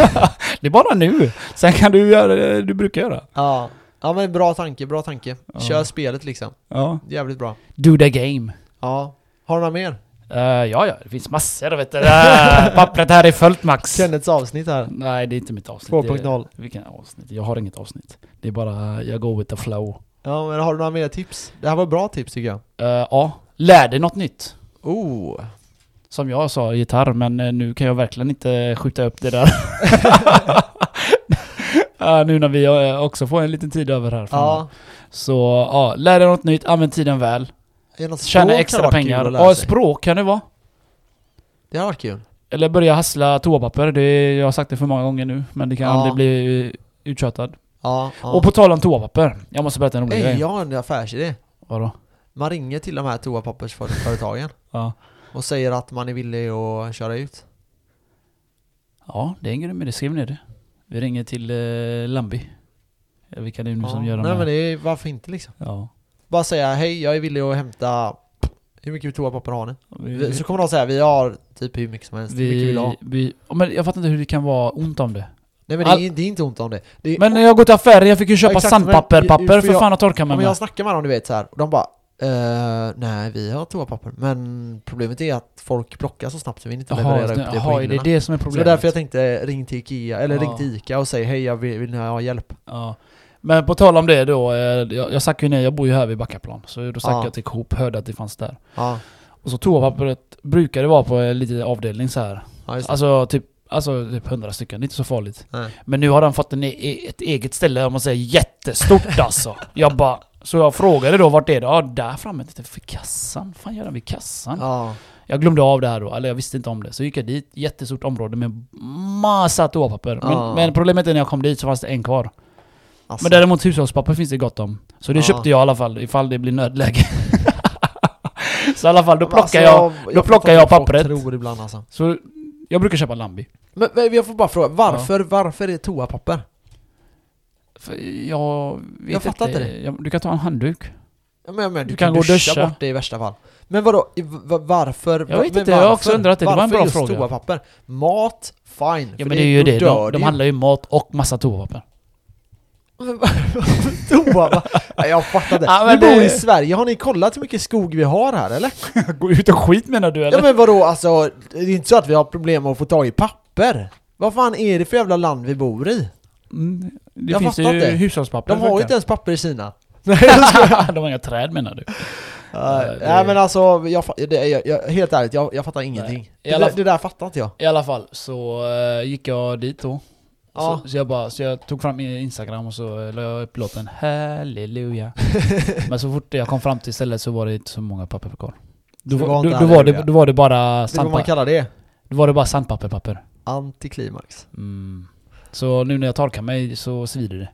A: det är bara nu. Sen kan du göra det du brukar göra.
B: Ja. ja, men bra tanke, bra tanke.
A: Ja.
B: Kör spelet liksom.
A: Ja.
B: Jävligt bra.
A: Do the game.
B: Ja. Har du några mer?
A: Eh, ja, ja, det finns massor vet du. Äh, pappret här är fullt Max.
B: Kenneths avsnitt här.
A: Nej, det är inte mitt avsnitt.
B: 2.0.
A: Det är- Vilken avsnitt? Jag har inget avsnitt. Det är bara, jag går with the flow.
B: Ja, men har du några mer tips? Det här var bra tips tycker jag.
A: Eh, ja, lär dig något nytt.
B: Oh.
A: Som jag sa, gitarr, men eh, nu kan jag verkligen inte skjuta upp det där. Ja, nu när vi eh, också får en liten tid över här.
B: Ja.
A: Så ja, lär dig något nytt, använd tiden väl.
B: Är det något språk
A: Tjäna
B: hade
A: extra
B: varit kul
A: pengar.
B: att lära
A: Ja,
B: sig?
A: språk kan det vara.
B: Det har varit kul.
A: Eller börja hassla toapapper. Det, jag har sagt det för många gånger nu, men det kan
B: Ja.
A: aldrig bli eh, uttjatad.
B: Ja. ja.
A: Och på tal om toapapper, jag måste berätta en rolig
B: Ey,
A: grej.
B: jag har en affärsidé.
A: Vadå?
B: Man ringer till de här toapappersföretagen
A: Ja.
B: och säger att man är villig att köra ut.
A: ja, det är en grym idé. Skriv ner det. Vi ringer till eh, Lambi. Eh, Vilka det är nu
B: Ja.
A: som gör de
B: Nej
A: här.
B: men det är, varför inte liksom?
A: ja.
B: Bara säga hej, jag är villig att hämta hur mycket toapapper har ni?
A: Vi-
B: Så kommer de säga vi har typ hur mycket som helst, hur mycket vill
A: Vi,
B: du ha?
A: vi, Ja, men jag fattar inte hur det kan vara ont om det.
B: Nej men det är,
A: All-
B: det är inte ont om det. det är,
A: Men när jag går till affären, jag fick ju köpa
B: Exakt, men-
A: sandpapper, papper
B: för
A: för
B: jag-
A: fan att torka
B: Ja,
A: med
B: men
A: mig.
B: jag snackar med dem du vet så här och de bara eh, nej vi har toapapper men problemet är att folk plockar så snabbt så vi hinner inte
A: Jaha,
B: leverera upp det på
A: jaha, är det
B: hyllorna.
A: det som är
B: så det är
A: problemet?
B: därför jag tänkte ring till Ikea eller
A: Ja.
B: ring till Ica och säg hej jag vill, vill ni ha hjälp?
A: ja. Men på tal om det då, eh, jag, jag stack ju ner, jag bor ju här vid Backaplan. Så då stack
B: Ja.
A: jag till Coop, hörde att det fanns där.
B: Ja,
A: Och så toapappret brukar det vara på en liten avdelning så här.
B: ja just det.
A: Alltså typ, alltså typ hundra stycken, det är inte så farligt.
B: Nej.
A: Men nu har den fått en, e- ett eget ställe, om man säger jättestort alltså. Jag bara, så jag frågade då vart är det? Ja, där framme. Jag tänkte, För kassan? fan gör den vid kassan?
B: Ja,
A: Jag glömde av det här då, eller jag visste inte om det. Så gick jag dit, jättestort område med massa toapapper. Men,
B: Ja.
A: men problemet är när jag kom dit så fanns det en kvar.
B: alltså.
A: Men däremot hushållspapper finns det gott om. Så det
B: Ja.
A: köpte jag i alla fall, ifall det blir nödläge. så i alla fall, då
B: Men
A: plockar
B: alltså,
A: jag... då
B: fattar
A: plockar
B: inte
A: jag
B: vad folk
A: pappret.
B: tror ibland alltså.
A: Så jag brukar köpa Lambi.
B: Men, men jag får bara fråga, varför, varför är toapapper?
A: För jag vet
B: Jag fattar inte
A: Jag, du kan ta en handduk.
B: Ja, Men, men, du,
A: Du
B: kan,
A: kan gå och
B: duscha,
A: duscha.
B: bort det i värsta fall. Men vadå, i- v- v- varför?
A: Jag vet
B: men
A: inte, jag har också undrat det. Det var en
B: varför
A: bra
B: just
A: fråga.
B: toapapper? Mat, fine.
A: Ja men det är ju det. De, de handlar ju mat och massa toapapper.
B: Toapapper? Nej, jag fattar det.
A: Ja,
B: vi
A: men det-
B: bor i Sverige, har ni kollat hur mycket skog vi har här eller?
A: Gå ut och skit menar du eller?
B: Ja men vadå, alltså, det är inte så att vi har problem med att få tag i papper. Vad fan är det för jävla land vi bor i?
A: mm, det
B: jag
A: finns
B: fattar
A: ju
B: inte.
A: hushållspapper.
B: De har ju
A: funkar.
B: inte ens papper i Kina.
A: de har inga träd menar du?
B: Nej
A: det-
B: Nej men alltså, jag, fa- det, jag, jag, helt ärligt, jag, jag fattar ingenting.
A: I
B: Det,
A: alla
B: där-
A: fall-
B: det där fattar inte jag.
A: I alla fall så eh, gick jag dit då.
B: Ja.
A: Så, så, jag bara, så jag tog fram min Instagram och så eh, la jag upp låten 'Halleluja' Men så fort jag kom fram till stället så var det inte så många papper kvar. Då,
B: Så det
A: var,
B: var
A: då,
B: inte
A: då, var det,
B: halleluja?
A: då var det bara
B: Vet du vad man
A: sandpapper.
B: kallar det?
A: Då var det bara sandpapperpapper.
B: Antiklimax.
A: Mm. Så nu när jag torkar mig så svider det.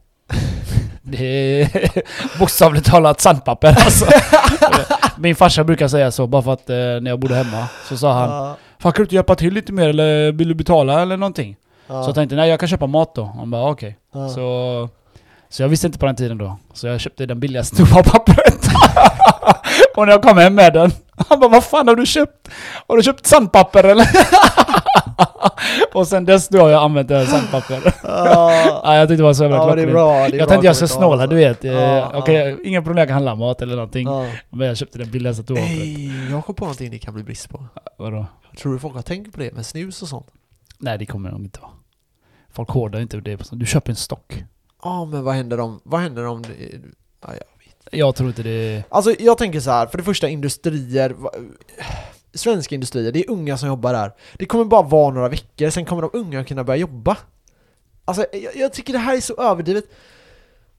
A: Det är bokstavligt talat sandpapper alltså. Min farsa brukar säga så bara för att eh, när jag bodde hemma så sa han
B: Ja,
A: Fan kan du inte hjälpa till lite mer eller vill du betala eller någonting?
B: ja,
A: Så jag tänkte nej jag kan köpa mat då. Han bara okej.
B: ja.
A: Så, så jag visste inte på den tiden då. Så jag köpte den billigaste toapappret. och när jag kom hem med den. Han bara vad fan har du köpt? Har du köpt sandpapper eller? och sen dess då har jag använt det här sandpapper.
B: Ja,
A: ja, jag tyckte det var så jävla
B: ja, det är
A: klockrent.
B: bra. Det är
A: Jag
B: bra
A: tänkte jag ska
B: kommentar,
A: snåla
B: alltså.
A: du vet. Eh,
B: Ja, ja.
A: Okej, inga problem jag kan handla mat eller någonting.
B: Ja.
A: Men jag köpte den billigaste toapappret.
B: Ey, jag kom på någonting det kan bli brist på.
A: Vadå?
B: Tror du folk har tänkt på det med snus och sånt?
A: Nej det kommer det nog inte vara. Folk hårdar inte det. Du köper en stock.
B: Ja, men vad händer om, vad händer om det, ja, jag vet
A: Jag tror inte det...
B: Alltså jag tänker så här, för det första industrier va- Svenska industrier, det är unga som jobbar där Det kommer bara vara några veckor, sen kommer de unga kunna börja jobba Alltså jag, jag tycker det här är så överdrivet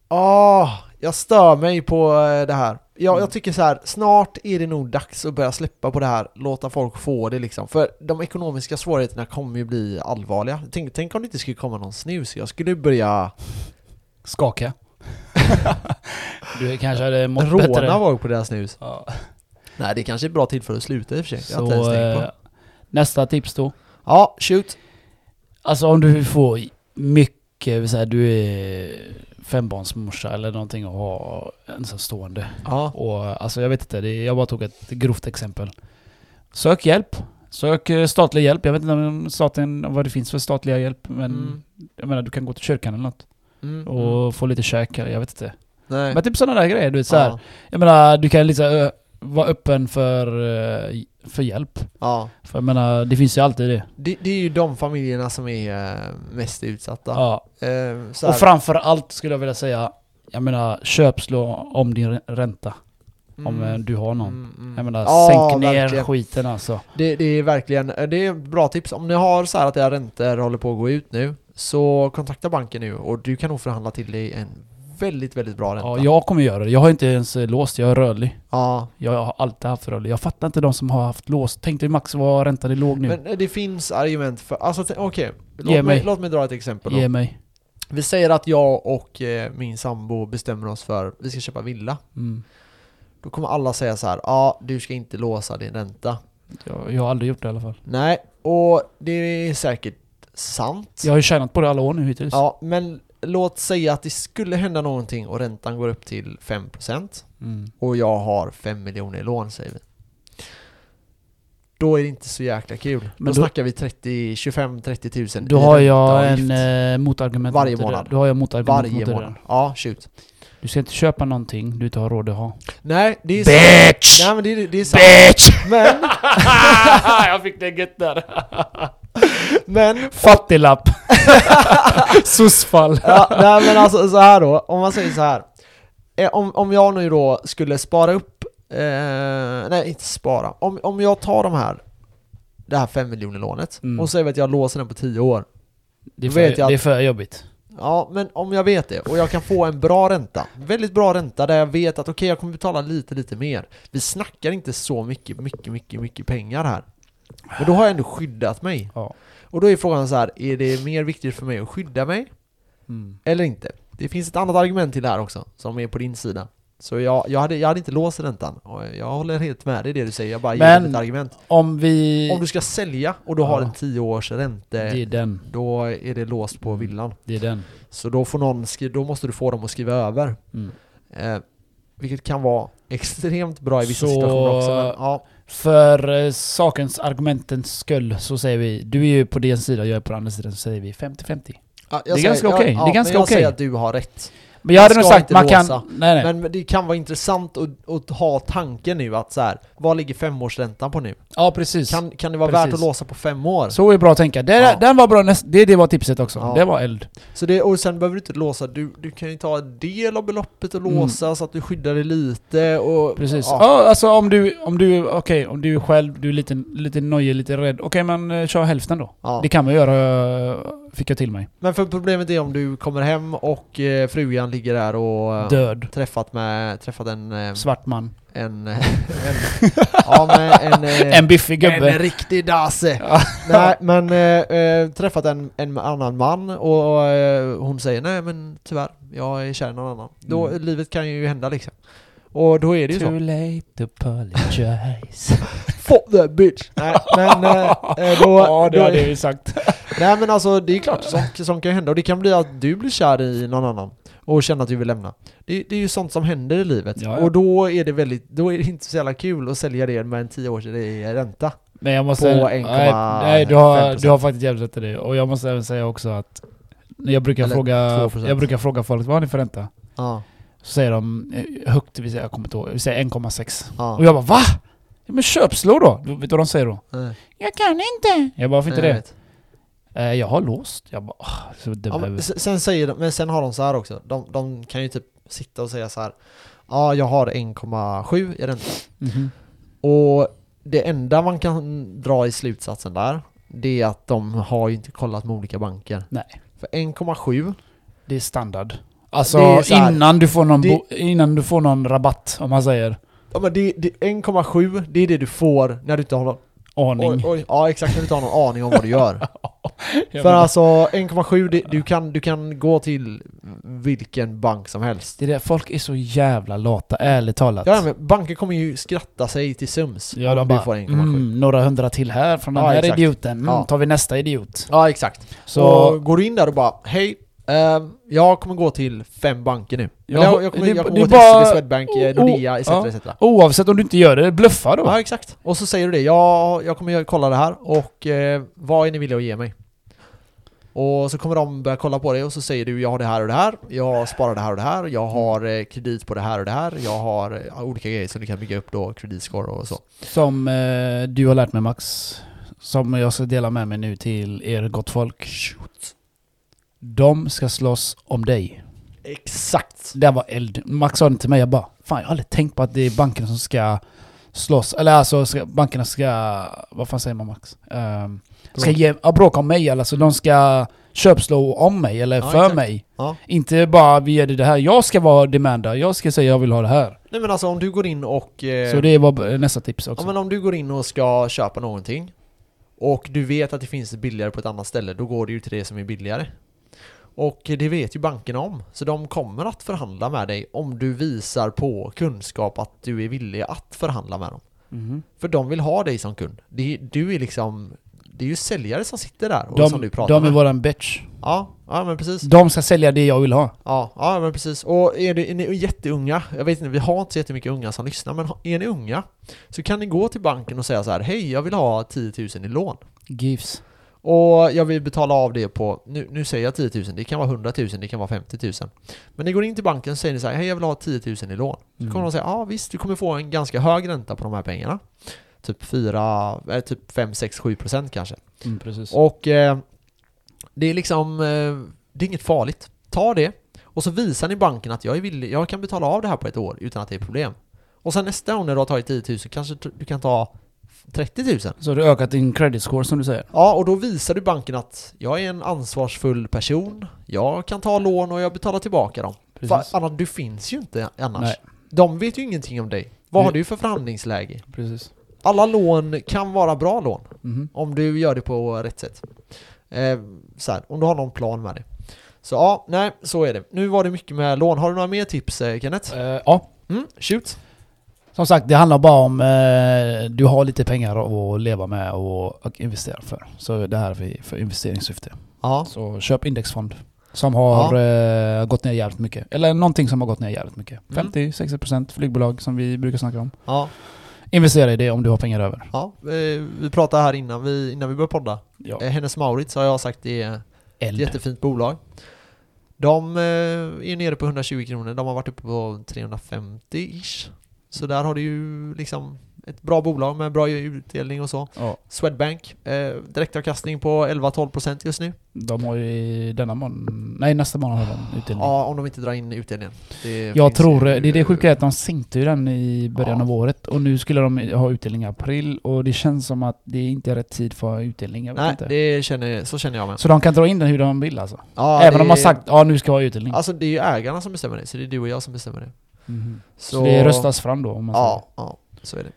B: Ah, jag stör mig på eh, det här jag,
A: Mm.
B: jag tycker så här, snart är det nog dags att börja släppa på det här Låta folk få det liksom För de ekonomiska svårigheterna kommer ju bli allvarliga Tänk, tänk om det inte skulle komma någon snus, jag skulle börja
A: Skaka. du kanske hade mått
B: råna
A: bättre.
B: folk på deras snus
A: Ja.
B: Nej det kanske är ett bra tillfälle att sluta i och för sig Jag har inte ens
A: Så,
B: tänkt på.
A: eh, nästa tips då.
B: Ja, shoot.
A: Alltså om du får mycket, vill säga, du är fembarnsmorsa eller någonting och har ensamstående.
B: Ja.
A: Och alltså jag vet inte, det, jag bara tog ett grovt exempel. Sök hjälp. Sök eh, statlig hjälp. Jag vet inte om staten, vad det finns för statliga hjälp men
B: Mm.
A: jag menar du kan gå till kyrkan eller något
B: Mm.
A: och få lite käk eller jag vet inte.
B: Nej.
A: Men typ sådana där grejer du vet såhär.
B: Ja.
A: Jag menar du kan liksom ö, vara öppen för, eh, för hjälp.
B: ja.
A: För jag menar det finns ju alltid det.
B: Det, det är ju de familjerna som är eh, mest utsatta.
A: Ja.
B: Eh, så här.
A: Och framför allt skulle jag vilja säga, jag menar köpslå om din re- ränta. Om eh,
B: Mm.
A: du har någon.
B: Mm, mm.
A: Jag menar
B: Ja,
A: sänk ner
B: verkligen.
A: skiten alltså.
B: Det, det är verkligen, eh, det är bra tips. Om ni har så här att era räntor håller på att gå ut nu, så kontakta banken nu och du kan nog förhandla till dig en väldigt, väldigt bra ränta.
A: Ja, jag kommer göra det. Jag har inte ens eh, låst, jag är rörlig.
B: Ja.
A: Jag har alltid haft rörlig. Jag fattar inte de som har haft låst. Tänkte max vad räntan är låg nu.
B: Men eh, det finns argument för, alltså t- okej,
A: Ge
B: låt, mig-
A: mig.
B: låt mig dra ett exempel då.
A: Ge mig.
B: Vi säger att jag och eh, min sambo bestämmer oss för, vi ska köpa villa.
A: Mm.
B: Då kommer alla säga så här, ja du ska inte låsa din ränta.
A: Jag, jag har aldrig gjort det i alla fall.
B: Nej, och det är säkert sant.
A: Jag har ju tjänat på det alla år nu hittills.
B: Ja, men låt säga att det skulle hända någonting och räntan går upp till 5%
A: Mm.
B: och jag har 5 miljoner i lån säger vi. Då är det inte så jäkla kul.
A: Men
B: då,
A: då-
B: snackar vi 30, 25, 30 000
A: Då
B: i
A: har jag en
B: ränteavgift
A: eh, motargument
B: Varje
A: mot det där.
B: månad.
A: Då har jag motargument
B: varje
A: mot det
B: månad.
A: där.
B: Ja, shoot.
A: Du ska inte köpa någonting du inte har råd att ha.
B: Nej, det är
A: Bitch!
B: Nej men det är, det är sant.
A: Bitch!
B: Men,
A: jag fick det gött där.
B: men
A: Fattiglapp! Sossfall.
B: ja, nej men alltså så här då, om man säger så här. Eh, Om, om jag nu då skulle spara upp, eh, nej inte spara, om, om jag tar de här, det här 5 miljoner lånet
A: Mm.
B: och säger vi att jag låser den på 10 år.
A: Det är,
B: Då
A: för,
B: vet jag att-
A: det är för jobbigt.
B: Ja, men om jag vet det och jag kan få en bra ränta, väldigt bra ränta där jag vet att okej jag kommer betala lite, lite mer. Vi snackar inte så mycket, mycket, mycket, mycket pengar här. Men då har jag ändå skyddat mig.
A: Ja.
B: Och då är frågan så här, är det mer viktigt för mig att skydda mig
A: Mm.
B: eller inte. Det finns ett annat argument till det här också, som är på din sida. Så jag, jag, hade, jag hade inte låst räntan, och jag håller helt med dig i det du säger, jag bara ger
A: Men-
B: dig ett argument.
A: Om vi...
B: Om du ska sälja och du har
A: Ja.
B: en 10 års ränte,
A: Det Mm. är den.
B: då är det låst på villan.
A: Det är den.
B: Så då, får någon skri- då måste du få dem att skriva över.
A: Mm.
B: Eh, vilket kan vara extremt bra i vissa
A: Så-
B: situationer också. Men, ja,
A: För eh, sakens, argumentens skull så säger vi, du är ju på den sidan, jag är på den andra sidan, så säger vi 50-50.
B: Ja, jag
A: är
B: säger-
A: ganska
B: ja,
A: okej, det är
B: ja, men
A: ganska
B: jag
A: okej.
B: säger att du har rätt.
A: Men jag hade
B: ska
A: nog sagt,
B: inte
A: man kan...
B: låsa.
A: Nej, nej.
B: Men men det kan vara intressant att, att ha tanken nu att så här, vad ligger femårsräntan på nu?
A: ja, precis.
B: Kan, kan det vara värt
A: Precis.
B: att låsa på fem år?
A: Så är bra att tänka. Det,
B: Ja.
A: Den var bra, näst, det, det var tipset också.
B: Ja.
A: Det var eld.
B: Så det, och sen behöver du inte låsa, du, du kan ju ta en del av beloppet och
A: Mm.
B: låsa så att du skyddar dig lite och...
A: Precis. Ja.
B: Ja.
A: alltså om du, om du, okej, om du är själv, du är lite, lite nojig, lite rädd. Okej, men eh, kör hälften då.
B: Ja.
A: Det kan man göra, eh, fick jag till mig.
B: Men för problemet är om du kommer hem och eh, frugan ligger där och eh,
A: Död.
B: träffat med, träffat en... eh,
A: Svart man.
B: En... en ja, men en... eh,
A: En biffig
B: en
A: gubbe.
B: riktig dasse!
A: Ja.
B: Nej men, eh, eh, träffat en, en annan man och eh, hon säger nej men tyvärr, jag är kär i någon annan. Då,
A: Mm.
B: livet kan ju hända liksom. Och då är det ju så.
A: Too late to apologize.
B: Fuck that bitch! Nej men, eh, eh, då,
A: ja, det
B: då,
A: hade jag ju sagt.
B: nej, men alltså det är klart, sånt, sånt kan ju hända. Och det kan bli att du blir kär i någon annan och känner att du vill lämna. Det, det är ju sånt som händer i livet.
A: Ja, ja.
B: Och då är det väldigt, då är det inte så jävla kul att sälja det med en 10 års ränta.
A: Men jag måste...
B: På
A: nej, nej du, har,
B: 1,5%.
A: du har faktiskt jävligt rätt i det. Och jag måste även säga också att... Jag brukar,
B: Eller
A: fråga,
B: 2%.
A: jag brukar fråga folk vad har ni för ränta?
B: Ja,
A: Så säger de eh, högt, vi säger, jag kommer inte ihåg, vi säger 1,6.
B: ja.
A: Och jag bara VA? Ja, men köpslå då! Vet du vad de säger då?
B: Nej,
A: Jag kan inte! Jag bara varför inte
B: nej, Eh, jag
A: det?
B: vet.
A: Eh, jag har låst. Jag bara ah, så dum
B: Ja,
A: ja,
B: men, se- sen säger de, men sen har de så här också, de, de kan ju typ sitta och säga så här. Ja Ja, jag har 1,7 i ränta.
A: Mhm.
B: Och det enda man kan dra i slutsatsen där, det är att de har ju inte kollat med olika banker.
A: Nej.
B: För 1,7,
A: Det är standard. Alltså
B: Det är så här-
A: innan, du får någon
B: det-
A: bo, innan du får någon rabatt, om man säger.
B: ja men det, det, 1,7 det är det du får när du inte har någon,
A: Aning.
B: oj, oj, ja, exakt, när du inte har någon aning om vad du gör.
A: Jag
B: För
A: menar,
B: alltså 1,7, det- du kan, du kan gå till vilken bank som helst.
A: det är det, folk är så jävla lata, ärligt talat.
B: Ja men banker kommer ju skratta sig till sums
A: Ja,
B: om
A: de
B: du
A: bara,
B: får 1,7.
A: mm, några hundra till här från den
B: Ja,
A: här
B: exakt.
A: idioten. Mm,
B: Ja.
A: Tar vi nästa idiot.
B: Ja exakt.
A: Så...
B: och går du in där och bara hej, ehm, jag kommer gå till fem banker nu.
A: Ja,
B: Eller jag, jag kommer,
A: det-
B: jag kommer
A: det
B: gå
A: är
B: till
A: bara-
B: SEB, Swedbank, eh,
A: oh,
B: Nordea etc.
A: ja.
B: etc.
A: Oavsett om du inte gör det, bluffa då.
B: Ja exakt. Och så säger du det, ja, jag kommer göra- kolla det här och eh, vad är ni villiga att ge mig? Och så kommer de börja kolla på dig och så säger du jag har det här och det här, jag sparar det här och det här, jag har eh, kredit på det här och det här, jag har eh, olika grejer som du kan bygga upp då, kreditscore och så.
A: Som eh, du har lärt mig Max. Som jag ska dela med mig nu till er gott folk. De ska slåss om dig.
B: Exakt!
A: Det var eld. Max sa det till mig, jag bara Fan jag har aldrig tänkt på att det är bankerna som ska slåss. Eller alltså ska, bankerna ska... Vad fan säger man Max? Ehm, ska ge, ja, bråka om mig eller så de ska köpslå om mig eller
B: Ja,
A: för
B: exakt.
A: mig.
B: Ja.
A: Inte bara vi gör det här. Jag ska vara demanda. Jag ska säga jag vill ha det här.
B: Nej men alltså om du går in och... Eh,
A: Så det var nästa tips också.
B: ja, men om du går in och ska köpa någonting och du vet att det finns billigare på ett annat ställe, då går du ju till det som är billigare. Och det vet ju bankerna om, så de kommer att förhandla med dig om du visar på kunskap att du är villig att förhandla med dem.
A: Mhm.
B: För de vill ha dig som kund. Det, du är liksom... Det är ju säljare som sitter där och som
A: De,
B: du pratar
A: de är
B: med.
A: våran bitch.
B: Ja, ja men precis.
A: De ska sälja det jag vill ha.
B: Ja, ja men precis. Och är, du, är ni jätteunga, jag vet inte, vi har inte så jättemycket unga som lyssnar, men ha- är ni unga så kan ni gå till banken och säga så här, hej jag vill ha 10 000 i lån.
A: Gifs.
B: Och jag vill betala av det på, nu, nu säger jag 10 000, det kan vara 100 000, det kan vara 50 000. Men ni går in till banken och säger ni så här, hej jag vill ha 10 000 i lån. Då kommer de säga, ja visst du kommer få en ganska hög ränta på de här pengarna. Typ 4, eh, typ 5, 6, 7 procent kanske.
A: Mm, precis.
B: Och eh, det är liksom, eh, det är inget farligt. Ta det och så visar ni banken att jag är villig, jag kan betala av det här på ett år utan att det är problem. Och sen nästa gång när du har tagit 10 000 kanske t- du kan ta 30 000.
A: Så har du ökat din credit score som du säger.
B: Ja, och då visar du banken att jag är en ansvarsfull person, jag kan ta lån och jag betalar tillbaka dem. För
A: Precis.
B: annars, du finns ju inte annars.
A: Nej.
B: De vet ju ingenting om dig. Vad har
A: Mm.
B: du för förhandlingsläge?
A: Precis.
B: Alla lån kan vara bra lån.
A: Mhm.
B: Om du gör det på rätt sätt. Eh, så här, om du har någon plan med det. Så ja, nej, så är det. Nu var det mycket med lån. Har du några mer tips eh, Kenneth?
A: Eh, ja.
B: Mm, shoot.
A: Som sagt, det handlar bara om eh, du har lite pengar att leva med och, och investera för. Så det här är för- för investeringssyfte.
B: Ja,
A: Så köp indexfond. Som har eh, gått ner jävligt mycket. Eller någonting som har gått ner jävligt mycket.
B: Mm.
A: 50-60% flygbolag som vi brukar snacka om.
B: ja,
A: Investera i det om du har pengar över.
B: ja. Eh, vi pratade här innan vi, innan vi började podda.
A: Ja.
B: Eh, Hennes Mauritz har jag sagt det är ett
A: Eld.
B: jättefint bolag. De eh, är nere på 120 kronor. De har varit uppe på 350-ish. Så där har du ju liksom ett bra bolag med bra utdelning och så.
A: Ja.
B: Swedbank, eh, direktavkastning på 11-12% just nu.
A: De har ju i denna månad... Nej, nästa månad har de utdelning.
B: Ja, om de inte drar in utdelningen. Det
A: Jag
B: finns
A: tror,
B: ju-
A: det är det sjuka är att de sänkte ju den i början
B: Ja.
A: av året och nu skulle de ha utdelning i april och det känns som att det inte är rätt tid för utdelning. Jag vet
B: Nej,
A: inte.
B: det känner, så känner jag med.
A: Så de kan dra in den hur de vill alltså?
B: Ja,
A: Även
B: det-
A: om de har sagt ja nu ska jag ha utdelning.
B: Alltså det är ju ägarna som bestämmer det, så det är du och jag som bestämmer det.
A: Mhm. så, det röstas fram då om man säger.
B: Ja, ja, så är det.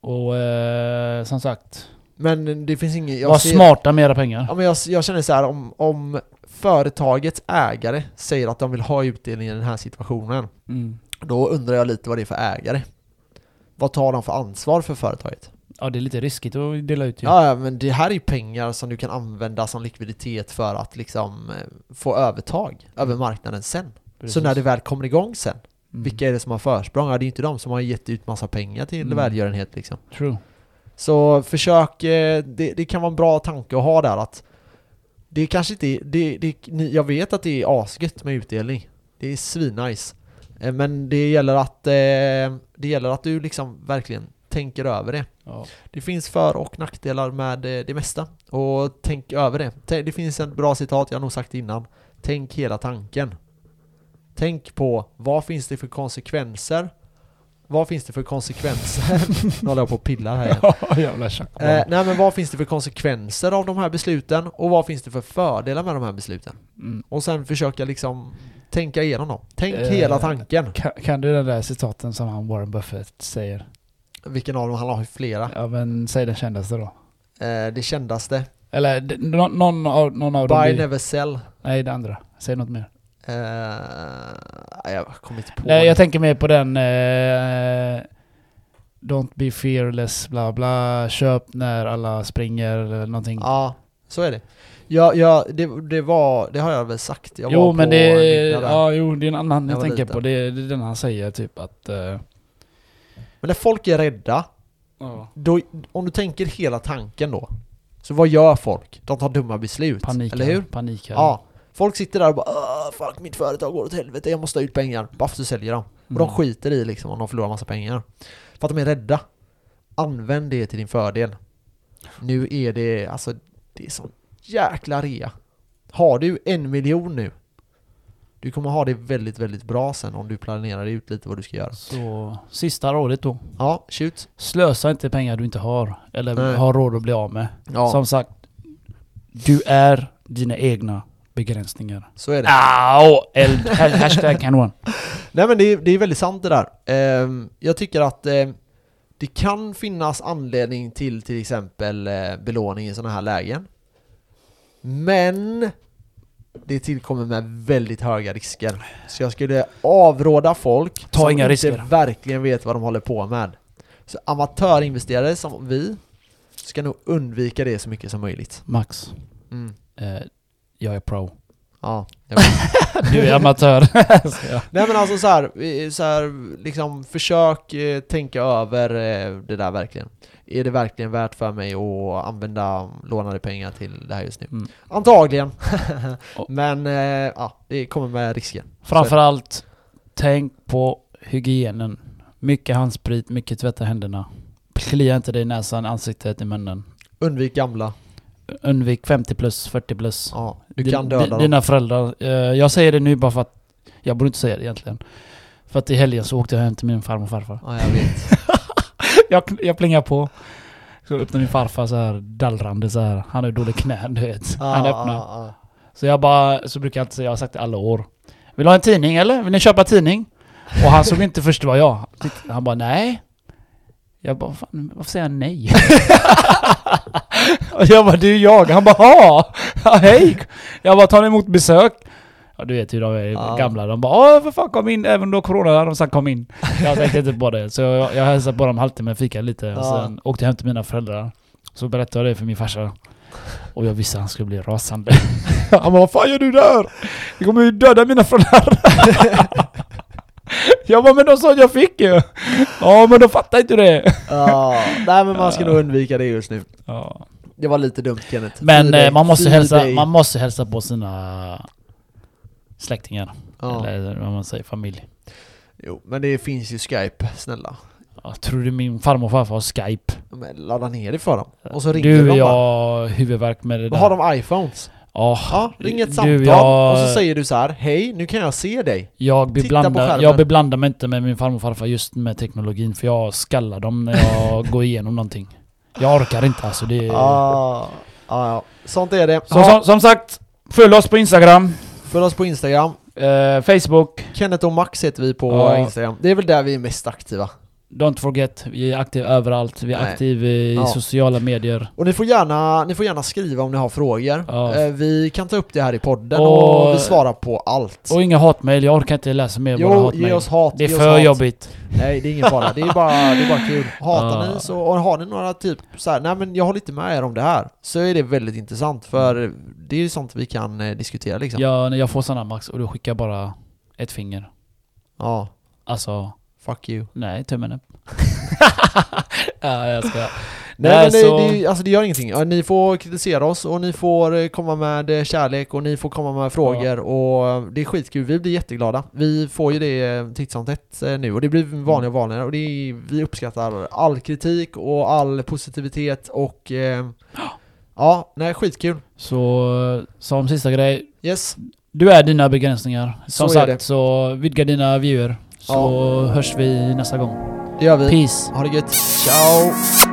A: Och eh, som sagt,
B: Men det finns inget... jag
A: var
B: ser-
A: smarta med era pengar.
B: Ja, men jag, jag känner så här om, om företagets ägare säger att de vill ha utdelning i den här situationen,
A: Mm.
B: då undrar jag lite vad det är för ägare. Vad tar de för ansvar för företaget?
A: Ja det är lite riskigt att dela ut ju.
B: Ja, ja, men det här är ju pengar som du kan använda som likviditet för att liksom eh, få övertag över marknaden sen.
A: Mm. Precis.
B: Så när det väl kommer igång sen,
A: Mm.
B: vilka är det som har försprång? Ja, det är ju inte de som har gett ut massa pengar till
A: Mm.
B: välgörenhet liksom.
A: True.
B: Så försök, eh, det, det kan vara en bra tanke att ha där att det är kanske inte är- det, det, ni- jag vet att det är asgött med utdelning. Det är svinnice. Eh, Men det gäller att, eh, det gäller att du liksom verkligen tänker över det.
A: Ja.
B: Det finns för och nackdelar med eh, det mesta och tänk över det. Tä- Det finns ett bra citat, jag har nog sagt det innan. Tänk hela tanken. Tänk på vad finns det för konsekvenser? Vad finns det för konsekvenser? nu håller jag på och pillar här igen.
A: Ja, jävla tjack.
B: Eh, nej men vad finns det för konsekvenser av de här besluten? Och vad finns det för fördelar med de här besluten?
A: Mm.
B: Och sen försöka liksom tänka igenom dem. Tänk
A: Eh,
B: hela tanken.
A: Kan, kan du den där citaten som han Warren Buffett säger?
B: Vilken av dem? Han har ju flera.
A: Ja men säg den kändaste då.
B: Eh, det kändaste.
A: Eller d- nå- någon av, någon av dem.
B: Buy
A: blir-
B: never sell.
A: Nej, det andra. Säg något mer.
B: Eh, jag kommer inte på
A: Nej,
B: det.
A: jag tänker mer på den... Eh, don't be fearless, bla bla. Köp när alla springer eller någonting.
B: Ja, så är det. Ja, ja det, det var, det har jag väl sagt. Jag
A: jo,
B: var
A: men
B: på
A: det
B: en
A: är...
B: middag där.
A: Ja, jo, det är en annan
B: Jag
A: jag,
B: var
A: tänker
B: liten.
A: på. Det är, det är den han säger typ att... Eh,
B: Men när folk är rädda,
A: ja.
B: då, om du tänker hela tanken då. Så vad gör folk? De tar dumma beslut.
A: Panikar.
B: Eller hur?
A: Panikar.
B: Ja. Folk sitter där och bara "Åh, fuck mitt företag går åt helvete, jag måste ha ut pengar. Baff så säljer de. Och de
A: Mm.
B: skiter i liksom om de förlorar massa pengar. För att de är rädda. Använd det till din fördel. Nu är det, alltså, det är sån jäkla rea. Har du en miljon nu, du kommer ha det väldigt, väldigt bra sen om du planerar ut lite vad du ska göra.
A: Så, sista rådet då.
B: Ja, shoot.
A: Slösa inte pengar du inte har. Eller
B: Nej.
A: har råd att bli av med.
B: Ja,
A: Som sagt, du är dina egna begränsningar.
B: så är det.
A: Au! Eld. Ha- Hashtag kanon.
B: Nej men det är, det är väldigt sant det där. Ehm, jag tycker att eh, det kan finnas anledning till till exempel eh, belåning i sådana här lägen. Men det tillkommer med väldigt höga risker. Så jag skulle avråda folk
A: Ta
B: som
A: inga
B: inte
A: risker.
B: verkligen vet vad de håller på med. Så amatörinvesterare som vi ska nog undvika det så mycket som möjligt.
A: Max,
B: Mm.
A: eh, jag är pro.
B: Ja, jag
A: Du är amatör. Så jag-
B: Nej men alltså så här, eh, så här liksom försök eh, tänka över eh, det där verkligen. Är det verkligen värt för mig att använda lånade pengar till det här just nu?
A: Mm.
B: Antagligen.
A: Och-
B: men eh, ja, det kommer med risker.
A: Framförallt, tänk på hygienen. Mycket handsprit, mycket tvätta händerna. Klia inte dig i näsan, ansiktet, i munnen.
B: Undvik gamla.
A: Undvik 50 plus, 40 plus.
B: Ja, du
A: Din-
B: kan döda
A: di-
B: dem.
A: Dina föräldrar. Eh, Jag säger det nu bara för att... Jag borde inte säga det egentligen. För att i helgen så åkte jag hem till min farmor och farfar.
B: Ja, jag vet.
A: jag, jag plingar på. Så öppnar min farfar så här dallrande så här. Han har ju dåliga knän du vet.
B: Ja,
A: Han
B: ja,
A: öppnar.
B: ja.
A: Så jag bara, så brukar jag alltid säga, jag har sagt det alla år. Vill du ha en tidning eller? Vill ni köpa en tidning? Och han såg inte först vad jag. Han bara nej. Jag bara, fan, varför säger han nej? och jag bara, det är ju jag. Han bara, ha! Ja, hej! Jag bara, tar ni emot besök? Ja du vet hur de är
B: Ja.
A: gamla. De bara, åh för fan kom in, även då corona hade de sagt kom in. Jag tänkte inte på det. Så jag, jag hälsade på dem halvtimme, fika lite och
B: Ja.
A: sen åkte jag hem till mina föräldrar. Så berättade jag det för min farsa. Och jag visste att han skulle bli rasande. Han bara 'Vad fan gör du där? Du kommer ju döda mina föräldrar' Jag bara 'Men de sa att jag fick ju' Ja men de fattar inte det
B: Ja, nej men man ska nog undvika det just nu.
A: ja.
B: Det var lite dumt Kenneth. Fy
A: Men
B: dig,
A: eh, man, måste
B: fy
A: hälsa,
B: dig.
A: man måste hälsa på sina släktingar,
B: Ja.
A: eller vad man säger, familj
B: Jo, men det finns ju Skype, snälla.
A: ja, Tror du min farmor och farfar har skype?
B: Men ladda ner det för dem. Och så ringer
A: Du,
B: de bara.
A: jag huvudvärk med det
B: Då
A: där
B: har de iPhones.
A: Ja,
B: Ja, ring ett
A: Du,
B: samtal
A: jag-
B: och så säger du så här Hej, nu kan jag se dig.
A: jag,
B: Titta på
A: beblandar,
B: skärmen.
A: jag beblandar mig inte med min farmor och farfar just med teknologin För jag skallar dem när jag går igenom någonting Jag orkar inte alltså, det är...
B: Ja, ja, ja. Sånt är det.
A: Så,
B: Ha,
A: som, som sagt, följ oss på Instagram,
B: Följ oss på Instagram.
A: eh, Facebook.
B: Kenneth och Max heter vi på
A: Ja.
B: Instagram. Det är väl där vi är mest aktiva.
A: Don't forget, vi är aktiva överallt. Vi är
B: Nej.
A: aktiva i
B: Ja.
A: sociala medier.
B: Och ni får gärna, ni får gärna skriva om ni har frågor.
A: Ja.
B: Eh, Vi kan ta upp det här i podden och,
A: Och-
B: vi svarar på allt.
A: Och inga hatmejl, jag orkar inte läsa mer våra
B: Jo, ge
A: hatmejl.
B: oss hat.
A: Det är
B: ge oss
A: för
B: hat. liksom.
A: jobbigt.
B: Nej, det är ingen fara. Det är bara, det är bara kul. Hatar
A: Ja.
B: ni så, och har ni några typ så här, nej men jag håller inte med er om det här. Så är det väldigt intressant för det är ju sånt vi kan eh, diskutera liksom.
A: Jag, när jag får sådana max och då skickar jag bara ett finger.
B: ja.
A: Alltså,
B: Fuck you.
A: nej, tummen upp. ja, jag ska.
B: Nej,
A: Nej,
B: men det,
A: så-
B: det, alltså det gör ingenting. Ja, Ni får kritisera oss och ni får eh, komma med eh, kärlek och ni får komma med frågor och eh, det är skitkul. Vi blir jätteglada. Vi får ju det eh, titt som tätt eh, nu och det blir vanligare och vanligare och det är, vi uppskattar all kritik och all positivitet och eh, ja, nej skitkul.
A: Så, som sista grej.
B: Yes.
A: Du är dina begränsningar. Som
B: Så är
A: sagt,
B: det.
A: så vidga dina vyer. Så hörs vi nästa gång.
B: Det gör vi.
A: Peace!
B: Ha det gött. Ciao!